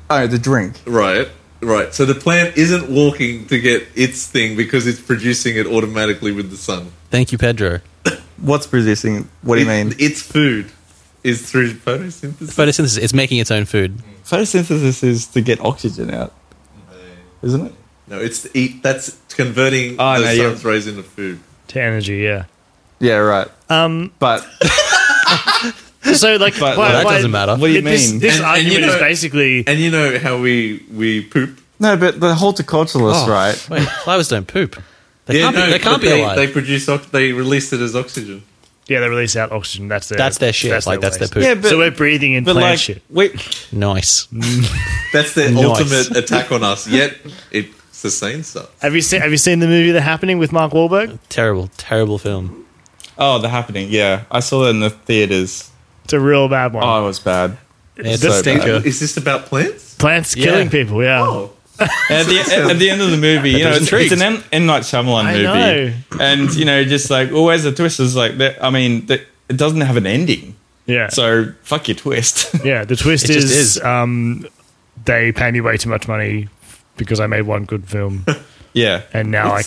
[SPEAKER 2] Oh, the drink.
[SPEAKER 1] right? Right. So the plant isn't walking to get its thing because it's producing it automatically with the sun.
[SPEAKER 3] Thank you, Pedro.
[SPEAKER 2] What's producing? What do you
[SPEAKER 1] It-
[SPEAKER 2] mean?
[SPEAKER 1] Its food is through photosynthesis.
[SPEAKER 3] Photosynthesis. It's making its own food.
[SPEAKER 2] Photosynthesis is to get oxygen out, isn't it?
[SPEAKER 1] No, it's to eat. That's converting
[SPEAKER 2] Oh,
[SPEAKER 3] Ah,
[SPEAKER 1] those
[SPEAKER 2] no, you're-
[SPEAKER 1] sun's rays into food.
[SPEAKER 5] to energy. Yeah.
[SPEAKER 2] Yeah, right.
[SPEAKER 5] Um.
[SPEAKER 2] But
[SPEAKER 5] So like,
[SPEAKER 2] But-
[SPEAKER 5] *laughs* why-
[SPEAKER 2] well,
[SPEAKER 3] that
[SPEAKER 5] why-
[SPEAKER 3] doesn't matter.
[SPEAKER 2] what do you
[SPEAKER 5] it- This,
[SPEAKER 2] mean?
[SPEAKER 5] this
[SPEAKER 1] And- and
[SPEAKER 5] argument
[SPEAKER 1] you
[SPEAKER 5] is
[SPEAKER 1] know-
[SPEAKER 5] basically
[SPEAKER 1] And you know how we we poop.
[SPEAKER 2] no, but the horticulturalists,
[SPEAKER 3] Oh,
[SPEAKER 2] right?
[SPEAKER 3] Wait, flowers don't poop. They
[SPEAKER 1] Yeah,
[SPEAKER 3] can't,
[SPEAKER 1] no,
[SPEAKER 3] be, they can't
[SPEAKER 1] but
[SPEAKER 3] be
[SPEAKER 1] they,
[SPEAKER 3] alive.
[SPEAKER 1] They produce. Ox- they release it as oxygen.
[SPEAKER 5] yeah, they release out oxygen. That's their
[SPEAKER 3] that's their shit. like that's their
[SPEAKER 5] waste.
[SPEAKER 3] poop.
[SPEAKER 2] Yeah, but
[SPEAKER 5] so we're breathing in
[SPEAKER 2] but
[SPEAKER 5] plant
[SPEAKER 2] like
[SPEAKER 5] shit.
[SPEAKER 2] we
[SPEAKER 3] Nice.
[SPEAKER 1] That's their
[SPEAKER 3] Nice.
[SPEAKER 1] ultimate attack on us. Yet it sustains us.
[SPEAKER 5] Have you seen Have you seen the movie The Happening with Mark Wahlberg?
[SPEAKER 3] terrible, terrible film.
[SPEAKER 2] oh the happening yeah I saw that in the theaters
[SPEAKER 5] It's a real bad one.
[SPEAKER 2] oh it was bad
[SPEAKER 3] It's
[SPEAKER 2] so
[SPEAKER 3] a stinker.
[SPEAKER 1] Is this about plants?
[SPEAKER 5] Plants
[SPEAKER 3] yeah.
[SPEAKER 5] killing people. Yeah.
[SPEAKER 1] Oh,
[SPEAKER 2] at the at the end of the *laughs* movie, you know, it's, it's an M, M Night Shyamalan
[SPEAKER 5] I
[SPEAKER 2] movie,
[SPEAKER 5] know.
[SPEAKER 2] and you know, just like always the twist is like that. I mean, that it doesn't have an ending,
[SPEAKER 5] Yeah.
[SPEAKER 2] so fuck your twist. *laughs*
[SPEAKER 5] yeah. The twist
[SPEAKER 3] It just
[SPEAKER 5] is,
[SPEAKER 3] is.
[SPEAKER 5] Um, they pay me way too much money because I made one good film.
[SPEAKER 2] yeah,
[SPEAKER 5] and now I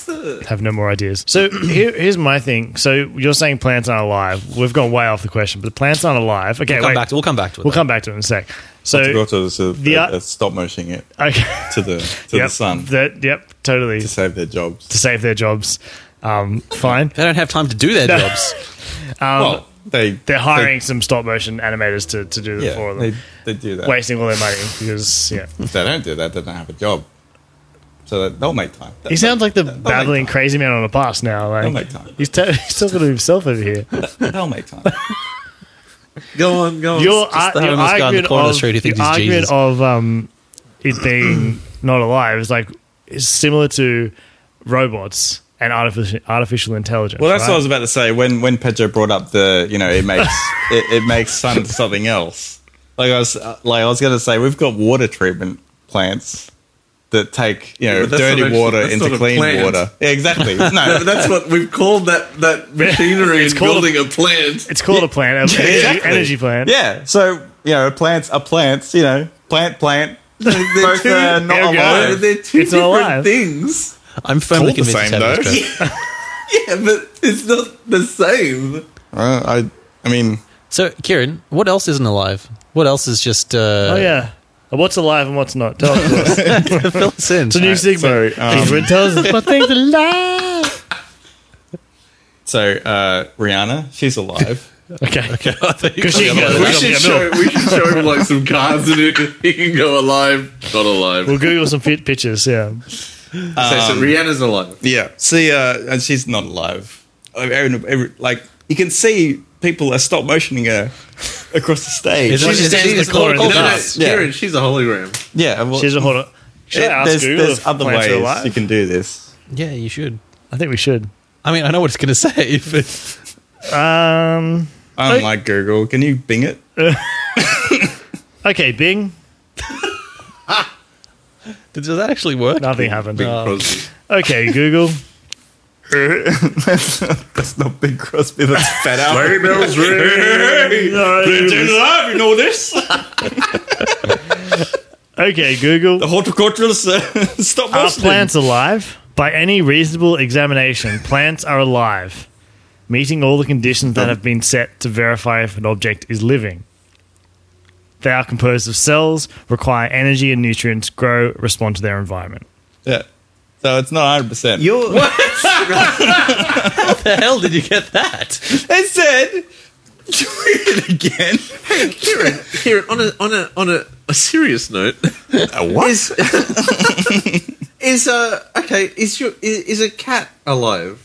[SPEAKER 5] have no more ideas. So here, here's my thing. So you're saying plants aren't alive. We've gone way off the question, but the plants aren't alive. Okay,
[SPEAKER 3] We'll come
[SPEAKER 5] wait.
[SPEAKER 3] back to. We'll come back to it.
[SPEAKER 5] we'll
[SPEAKER 3] though.
[SPEAKER 5] come back to it in a sec. So
[SPEAKER 2] Got to sort of,
[SPEAKER 5] The,
[SPEAKER 2] uh,
[SPEAKER 5] uh,
[SPEAKER 2] uh, stop motioning it
[SPEAKER 5] okay,
[SPEAKER 2] to the to
[SPEAKER 5] yep,
[SPEAKER 2] the sun
[SPEAKER 5] That, yep, totally
[SPEAKER 2] to
[SPEAKER 5] to
[SPEAKER 2] save their jobs.
[SPEAKER 5] save their jobs. Um, fine.
[SPEAKER 3] They don't have time to do *laughs* their jobs.
[SPEAKER 2] well, they
[SPEAKER 5] They're hiring some stop motion animators to, to do
[SPEAKER 2] They,
[SPEAKER 5] the
[SPEAKER 2] yeah,
[SPEAKER 5] for them,
[SPEAKER 2] they, they do that.
[SPEAKER 5] wasting all their money because yeah.
[SPEAKER 2] If they don't do that, they don't have a job. So that, they'll make time.
[SPEAKER 5] He sounds like the
[SPEAKER 2] They'll make
[SPEAKER 5] babbling
[SPEAKER 2] time.
[SPEAKER 5] crazy man on a bus now. Like,
[SPEAKER 2] make time.
[SPEAKER 5] He's, t- *laughs* he's talking to himself over here.
[SPEAKER 2] They'll make time.
[SPEAKER 1] go on, go on.
[SPEAKER 5] your, ar-
[SPEAKER 3] the
[SPEAKER 5] your
[SPEAKER 3] homeless guy in the
[SPEAKER 5] argument
[SPEAKER 3] corner of
[SPEAKER 5] of,
[SPEAKER 3] the street who thinks
[SPEAKER 5] your
[SPEAKER 3] he's
[SPEAKER 5] argument
[SPEAKER 3] Jesus.
[SPEAKER 5] of um, it being *clears throat* not alive is like is similar to robots and artificial artificial
[SPEAKER 2] *laughs*
[SPEAKER 5] intelligence.
[SPEAKER 2] Well, that's what I
[SPEAKER 5] right?
[SPEAKER 2] was about to say when when Pedro brought up the you know it makes *laughs* it, it makes sun something else. Like I was uh, like I was going to say we've got water treatment plants that take you know
[SPEAKER 1] but that's
[SPEAKER 2] dirty
[SPEAKER 1] not actually-
[SPEAKER 2] water
[SPEAKER 1] that's not
[SPEAKER 2] into
[SPEAKER 1] a
[SPEAKER 2] clean
[SPEAKER 1] plant.
[SPEAKER 2] water. Yeah, *laughs* exactly. No, *laughs*
[SPEAKER 1] But that's what we've called that
[SPEAKER 5] *laughs*
[SPEAKER 1] that machinery
[SPEAKER 5] It's
[SPEAKER 1] in
[SPEAKER 5] called-
[SPEAKER 1] building a plant.
[SPEAKER 5] *laughs* It's called a plant, an energy,
[SPEAKER 2] exactly.
[SPEAKER 5] energy plant.
[SPEAKER 2] yeah. So you know plants are plants. You know plant plant. *laughs* Both are
[SPEAKER 5] There
[SPEAKER 2] not
[SPEAKER 5] we go.
[SPEAKER 1] No,
[SPEAKER 2] alive.
[SPEAKER 1] they're two
[SPEAKER 5] It's
[SPEAKER 1] different
[SPEAKER 5] alive.
[SPEAKER 1] things.
[SPEAKER 3] I'm firmly
[SPEAKER 2] Called the
[SPEAKER 3] convinced.
[SPEAKER 2] same,
[SPEAKER 3] it's having
[SPEAKER 2] though.
[SPEAKER 3] this crash.
[SPEAKER 1] Yeah, but it's not the same.
[SPEAKER 2] Uh, I I mean
[SPEAKER 3] So, Kieran, what else isn't alive? What else is just? Uh,
[SPEAKER 5] Oh yeah. What's alive and what's not? Tell us. It's
[SPEAKER 3] fill us in.
[SPEAKER 5] a new
[SPEAKER 2] so,
[SPEAKER 5] segment.
[SPEAKER 2] um,
[SPEAKER 1] *laughs*
[SPEAKER 5] Everyone tells us what things are alive.
[SPEAKER 2] so uh, Rihanna she's alive.
[SPEAKER 1] *laughs*
[SPEAKER 5] Okay. Okay.
[SPEAKER 1] We should show we should show him like some cards and it, he can go alive, not alive. Um,
[SPEAKER 5] We'll Google some fit pictures. Yeah.
[SPEAKER 1] so, so Rihanna's alive.
[SPEAKER 2] *laughs* Yeah. See, uh, and she's not alive. I mean, every- every- like you can see people are stop motioning her across the stage.
[SPEAKER 3] Is it-
[SPEAKER 5] She just stands in the corner
[SPEAKER 1] No,
[SPEAKER 5] and
[SPEAKER 1] no, no,
[SPEAKER 5] does.
[SPEAKER 2] Yeah.
[SPEAKER 1] Kieran, she's a hologram.
[SPEAKER 2] yeah. Well,
[SPEAKER 5] She's a hold on. Should I
[SPEAKER 2] yeah,
[SPEAKER 5] ask
[SPEAKER 2] there's
[SPEAKER 5] Google
[SPEAKER 2] there's
[SPEAKER 5] if
[SPEAKER 2] other
[SPEAKER 5] plants are
[SPEAKER 2] ways
[SPEAKER 5] alive?
[SPEAKER 2] you can do this.
[SPEAKER 3] Yeah, you should.
[SPEAKER 5] I think we should.
[SPEAKER 3] I mean, I know what it's going to *laughs* say, but
[SPEAKER 5] Um.
[SPEAKER 2] I don't like Google. Can you Bing it?
[SPEAKER 5] Okay, Bing.
[SPEAKER 3] does that actually work?
[SPEAKER 5] Nothing happened. Oh.
[SPEAKER 1] Crosby.
[SPEAKER 2] *laughs*
[SPEAKER 5] Okay, Google.
[SPEAKER 2] that's not Big Crosby. That's *laughs* Fat Albert.
[SPEAKER 5] Hey, bells ring.
[SPEAKER 2] alive. You know this.
[SPEAKER 5] okay,
[SPEAKER 2] The
[SPEAKER 5] Google.
[SPEAKER 2] horticulturalists uh, *laughs* stop
[SPEAKER 5] Are
[SPEAKER 2] motioning.
[SPEAKER 5] plants alive? By any reasonable examination, plants are alive, meeting all the conditions
[SPEAKER 2] Um,
[SPEAKER 5] that have been set to verify if an object is living. They are composed of cells, require energy and nutrients, grow, respond to their environment.
[SPEAKER 2] Yeah. So it's not 100. percent
[SPEAKER 3] *laughs*
[SPEAKER 1] You're
[SPEAKER 3] the hell did you get that? *laughs*
[SPEAKER 2] I said. Do it again.
[SPEAKER 1] Kieran, Kieran, on a on a on a, a serious note,
[SPEAKER 2] what?
[SPEAKER 1] is *laughs* is uh okay? Is your is, is a cat alive?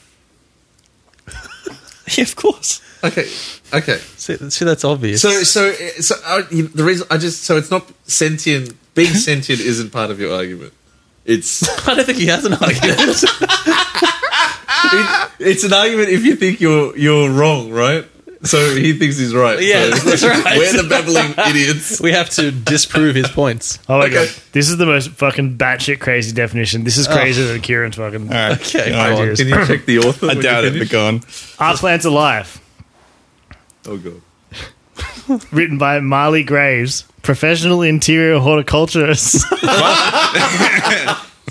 [SPEAKER 2] Yeah, of course.
[SPEAKER 1] Okay, okay.
[SPEAKER 3] See, see, that's obvious.
[SPEAKER 1] So so so uh, you- the reason I just so it's not sentient. Being sentient isn't part of your argument. It's
[SPEAKER 3] *laughs* I don't think he has an argument.
[SPEAKER 1] it, it's an argument if you think you're you're wrong, right? So he thinks he's right.
[SPEAKER 3] Yeah,
[SPEAKER 1] so *laughs*
[SPEAKER 3] that's right.
[SPEAKER 1] We're the babbling idiots.
[SPEAKER 3] *laughs* we have to disprove his points.
[SPEAKER 5] Oh my
[SPEAKER 1] Okay.
[SPEAKER 5] god, this is the most fucking batshit crazy definition. This is crazier than Kieran's fucking.
[SPEAKER 2] All right.
[SPEAKER 3] Okay,
[SPEAKER 2] All right.
[SPEAKER 5] on.
[SPEAKER 1] Can
[SPEAKER 3] *laughs*
[SPEAKER 1] you check the author?
[SPEAKER 2] I
[SPEAKER 1] when you
[SPEAKER 2] doubt it. But
[SPEAKER 1] finish?
[SPEAKER 2] go on.
[SPEAKER 5] Are plants alive?
[SPEAKER 1] Oh god.
[SPEAKER 5] Written by Marley Graves, professional interior horticulturist.
[SPEAKER 3] *laughs*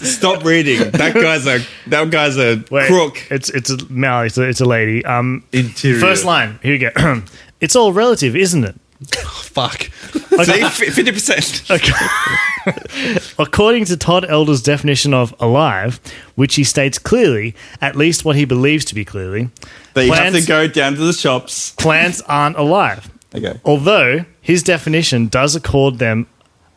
[SPEAKER 2] Stop reading. That guy's a that guy's a
[SPEAKER 5] Wait,
[SPEAKER 2] crook.
[SPEAKER 5] It's it's a Mally. It's a, it's a lady. Um,
[SPEAKER 1] Interior.
[SPEAKER 5] *clears throat* first line. Here we go. it's all relative, isn't it?
[SPEAKER 3] Fuck.
[SPEAKER 2] See, fifty percent.
[SPEAKER 5] According to Todd Elder's definition of alive, which he states clearly, at least what he believes to be clearly,
[SPEAKER 2] They have
[SPEAKER 5] Plants-
[SPEAKER 2] to go down to the shops.
[SPEAKER 5] plants aren't alive.
[SPEAKER 2] Okay.
[SPEAKER 5] Although his definition does accord them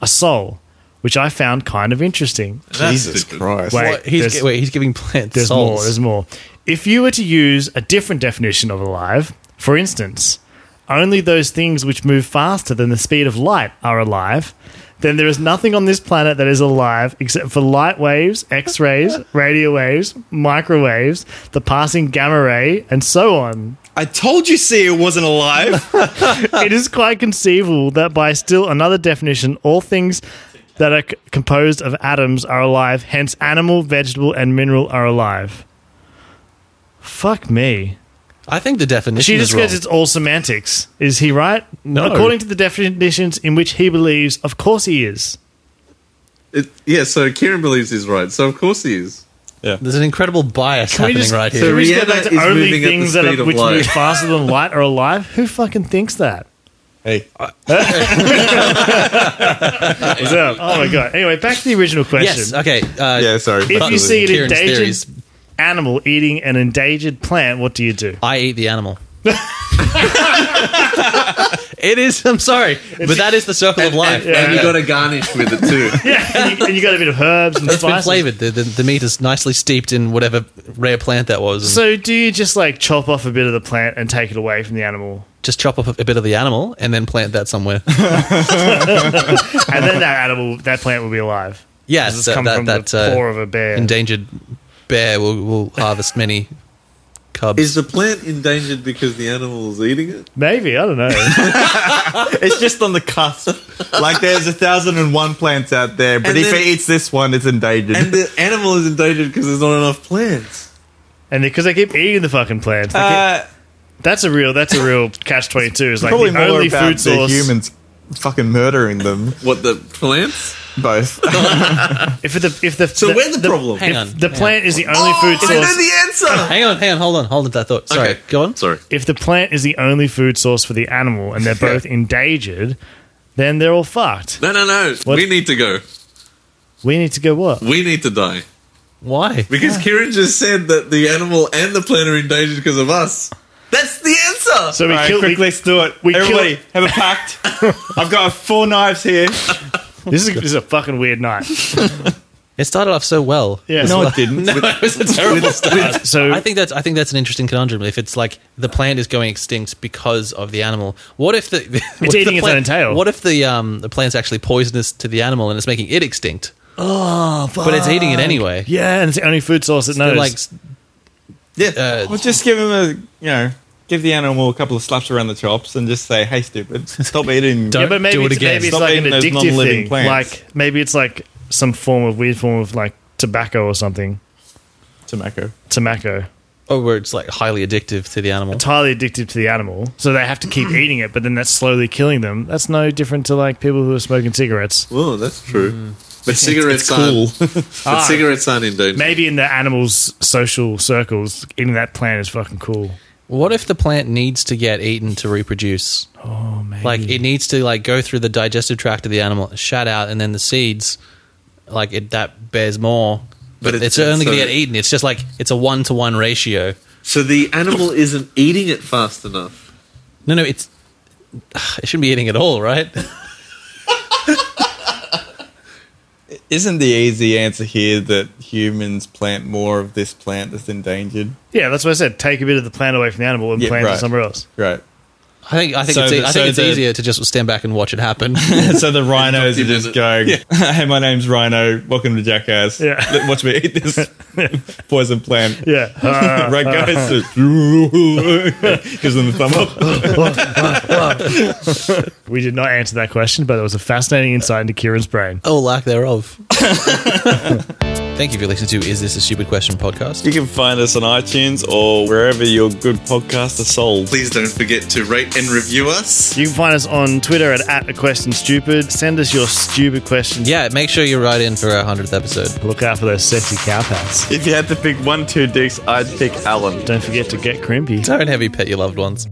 [SPEAKER 5] a soul, which I found kind of interesting.
[SPEAKER 2] Jesus Christ!
[SPEAKER 5] Wait,
[SPEAKER 3] What? He's,
[SPEAKER 5] there's-
[SPEAKER 3] gi- wait, he's giving plants
[SPEAKER 5] There's
[SPEAKER 3] souls.
[SPEAKER 5] more. There's more. If you were to use a different definition of alive, for instance, only those things which move faster than the speed of light are alive, then there is nothing on this planet that is alive except for light waves, X rays, radio waves, microwaves, the passing gamma ray, and so on.
[SPEAKER 2] I told you, see, it wasn't alive.
[SPEAKER 5] *laughs* it is quite conceivable that by still another definition, all things that are c- composed of atoms are alive, hence animal, vegetable, and mineral are alive. Fuck me.
[SPEAKER 3] I think the definition
[SPEAKER 5] She
[SPEAKER 3] is
[SPEAKER 5] just
[SPEAKER 3] wrong.
[SPEAKER 5] goes, it's all semantics. Is he right?
[SPEAKER 3] No.
[SPEAKER 5] According to the definitions in which he believes, of course he is.
[SPEAKER 1] It, yeah, so Kieran believes he's right. So of course he is.
[SPEAKER 3] There's an incredible bias
[SPEAKER 5] we
[SPEAKER 3] happening
[SPEAKER 5] just-
[SPEAKER 3] right
[SPEAKER 5] Can
[SPEAKER 3] here.
[SPEAKER 5] we just
[SPEAKER 1] Rihanna
[SPEAKER 5] go back to
[SPEAKER 1] is
[SPEAKER 5] only
[SPEAKER 1] moving at the
[SPEAKER 5] things that
[SPEAKER 1] speed
[SPEAKER 5] are,
[SPEAKER 1] of
[SPEAKER 5] which
[SPEAKER 1] light.
[SPEAKER 5] move faster than light are alive? Who fucking thinks that? *laughs*
[SPEAKER 2] hey,
[SPEAKER 5] What's up? Oh my god. Anyway, back to the original question.
[SPEAKER 3] Yes. Okay. Uh,
[SPEAKER 1] Yeah, sorry.
[SPEAKER 5] If you see an
[SPEAKER 3] Kieran's
[SPEAKER 5] endangered
[SPEAKER 3] theories.
[SPEAKER 5] animal eating an endangered plant, what do you do?
[SPEAKER 3] I eat the
[SPEAKER 5] *laughs*
[SPEAKER 3] animal. *laughs* it is. I'm sorry, but that is the circle of life.
[SPEAKER 1] And you got to garnish with it too. *laughs*
[SPEAKER 5] Yeah, and you, and you got a bit of herbs
[SPEAKER 3] *laughs*
[SPEAKER 5] and
[SPEAKER 3] It's been
[SPEAKER 5] spices.
[SPEAKER 3] flavored. The, the, the meat is nicely steeped in whatever rare plant that was. And
[SPEAKER 5] So do you just like chop off a bit of the plant and take it away from the animal,
[SPEAKER 3] just chop off a, a bit of the animal and then plant that
[SPEAKER 5] *laughs*
[SPEAKER 3] somewhere.
[SPEAKER 5] and then that animal, that plant will be alive?
[SPEAKER 3] yeah,
[SPEAKER 5] Does this
[SPEAKER 3] so
[SPEAKER 5] come
[SPEAKER 3] that,
[SPEAKER 5] from
[SPEAKER 3] that
[SPEAKER 5] the
[SPEAKER 3] uh,
[SPEAKER 5] paw of a bear?
[SPEAKER 3] endangered bear will, will harvest many cubs.
[SPEAKER 1] Is the plant endangered because the animal is eating it?
[SPEAKER 5] Maybe I
[SPEAKER 3] *laughs*
[SPEAKER 5] don't know.
[SPEAKER 2] *laughs* it's just on the cusp. Like there's a thousand and one plants out there, but
[SPEAKER 1] And
[SPEAKER 2] if
[SPEAKER 1] then-
[SPEAKER 2] it eats this one, it's endangered.
[SPEAKER 1] And the animal is endangered because there's not enough plants.
[SPEAKER 5] and because they keep eating the fucking plants, they keep-
[SPEAKER 2] Uh,
[SPEAKER 5] that's a real that's a real catch twenty two. Is like
[SPEAKER 2] probably
[SPEAKER 5] the
[SPEAKER 2] more
[SPEAKER 5] only
[SPEAKER 2] about
[SPEAKER 5] food source.
[SPEAKER 2] the humans fucking murdering them
[SPEAKER 1] *laughs*
[SPEAKER 2] *laughs*
[SPEAKER 1] What the plants?
[SPEAKER 2] both.
[SPEAKER 5] If the if the
[SPEAKER 1] So
[SPEAKER 5] the,
[SPEAKER 1] we're the, problem.
[SPEAKER 3] hang
[SPEAKER 5] if
[SPEAKER 3] on, Oh,
[SPEAKER 5] the
[SPEAKER 3] hang
[SPEAKER 5] plant is the only food
[SPEAKER 1] I know
[SPEAKER 5] source.
[SPEAKER 1] the answer.
[SPEAKER 3] Hang on, hang on, hold on, hold on to that thought. Sorry,
[SPEAKER 1] Okay.
[SPEAKER 3] go on.
[SPEAKER 1] Sorry.
[SPEAKER 5] If the plant is the only food source for the
[SPEAKER 2] *laughs*
[SPEAKER 5] animal, and they're both endangered, then they're all fucked.
[SPEAKER 1] No, no, no.
[SPEAKER 5] What?
[SPEAKER 1] We need to go.
[SPEAKER 5] We need to go what?
[SPEAKER 1] We need to die.
[SPEAKER 3] Why?
[SPEAKER 1] Because Kieran just said that the animal and the plant are endangered because of us. That's the answer.
[SPEAKER 5] So we
[SPEAKER 2] All right,
[SPEAKER 5] kill
[SPEAKER 2] quick,
[SPEAKER 5] we-
[SPEAKER 2] let's do it.
[SPEAKER 5] we
[SPEAKER 2] Everybody, have
[SPEAKER 5] kill-
[SPEAKER 2] a
[SPEAKER 5] *laughs*
[SPEAKER 2] pact. I've got four knives here.
[SPEAKER 5] This is, this is a fucking
[SPEAKER 2] *laughs*
[SPEAKER 5] weird night.
[SPEAKER 3] It started off so well.
[SPEAKER 5] Yeah. Uh,
[SPEAKER 2] No, it didn't.
[SPEAKER 3] *laughs* No, it was a
[SPEAKER 5] *laughs*
[SPEAKER 3] terrible start.
[SPEAKER 5] So
[SPEAKER 3] I think that's I think that's an interesting conundrum. If it's like the plant is going extinct because of the animal, what if the *laughs* it's
[SPEAKER 5] eating its own tail.
[SPEAKER 3] What if the um the plant's actually poisonous to the animal and it's making it extinct? Oh, but it's eating it anyway.
[SPEAKER 5] yeah, and it's the only food source that
[SPEAKER 3] They're
[SPEAKER 5] knows.
[SPEAKER 3] like yeah, uh,
[SPEAKER 2] Well, just give him a, you know, give the animal a couple of slaps around the chops and just say, hey, stupid,
[SPEAKER 5] *laughs*
[SPEAKER 2] stop eating.
[SPEAKER 5] yeah,
[SPEAKER 3] Don't-
[SPEAKER 5] but maybe
[SPEAKER 3] do it
[SPEAKER 5] it's,
[SPEAKER 3] again.
[SPEAKER 5] maybe it's
[SPEAKER 2] Stop
[SPEAKER 5] like an
[SPEAKER 2] eating those
[SPEAKER 5] addictive
[SPEAKER 2] non-living
[SPEAKER 5] thing.
[SPEAKER 2] plants.
[SPEAKER 5] Like maybe it's like some form of weird form of like tobacco or something.
[SPEAKER 2] tobacco.
[SPEAKER 5] Tobacco,
[SPEAKER 3] oh, where it's like highly addictive to the animal.
[SPEAKER 5] it's highly addictive to the animal, so they have to
[SPEAKER 2] *clears throat*
[SPEAKER 5] keep eating it. But then that's slowly killing them. That's no different to like people who are smoking cigarettes.
[SPEAKER 1] Well, that's true. But cigarettes aren't. *laughs* But
[SPEAKER 5] Ah.
[SPEAKER 1] cigarettes aren't endangered.
[SPEAKER 5] Maybe in the animals' social circles, eating that plant is fucking cool.
[SPEAKER 3] What if the plant needs to get eaten to reproduce?
[SPEAKER 5] Oh man,
[SPEAKER 3] Like it needs to like go through the digestive tract of the animal, shat out, and then the seeds, like it that bears more. But
[SPEAKER 1] But
[SPEAKER 3] it's,
[SPEAKER 1] it's-
[SPEAKER 3] only going to
[SPEAKER 1] so-
[SPEAKER 3] get eaten. It's just like it's a one to one ratio.
[SPEAKER 1] So the animal isn't eating it fast enough.
[SPEAKER 3] No, no, it's *sighs* it shouldn't be eating at all, right?
[SPEAKER 2] Isn't the easy answer here that humans plant more of this plant that's endangered?
[SPEAKER 5] yeah, that's what I said. Take a bit of the plant away from the animal and
[SPEAKER 2] Yeah,
[SPEAKER 5] plant it
[SPEAKER 2] right.
[SPEAKER 5] somewhere else.
[SPEAKER 2] *laughs* Right.
[SPEAKER 3] I think I think
[SPEAKER 2] So
[SPEAKER 3] it's, e-
[SPEAKER 2] the-
[SPEAKER 3] I think
[SPEAKER 2] so
[SPEAKER 3] it's
[SPEAKER 2] the-
[SPEAKER 3] easier to just stand back and watch it *laughs* happen.
[SPEAKER 2] so the rhinos are just going, *laughs* hey, my name's Rhino. Welcome to Jackass.
[SPEAKER 5] Yeah. *laughs*
[SPEAKER 2] Let- Watch me eat this poison plant. *laughs*
[SPEAKER 5] Yeah, Ah.
[SPEAKER 2] right, guys? *laughs* Gives them the thumb up.
[SPEAKER 5] We did not answer that question, but it was a fascinating insight into Kieran's brain.
[SPEAKER 3] oh, lack *laughs* thereof. Thank you for listening to Is This a Stupid Question podcast.
[SPEAKER 2] You can find us on iTunes or wherever your good podcasts are sold.
[SPEAKER 1] Please don't forget to rate and review us.
[SPEAKER 5] You can find us on Twitter at, at a question stupid. Send us your stupid questions.
[SPEAKER 3] Yeah, make sure you write in for our hundredth episode.
[SPEAKER 5] Look out for those sexy cowpats.
[SPEAKER 2] If you had to pick one, two dicks, I'd pick Alan.
[SPEAKER 5] Don't forget to get crimpy.
[SPEAKER 3] Don't heavy pet your loved ones.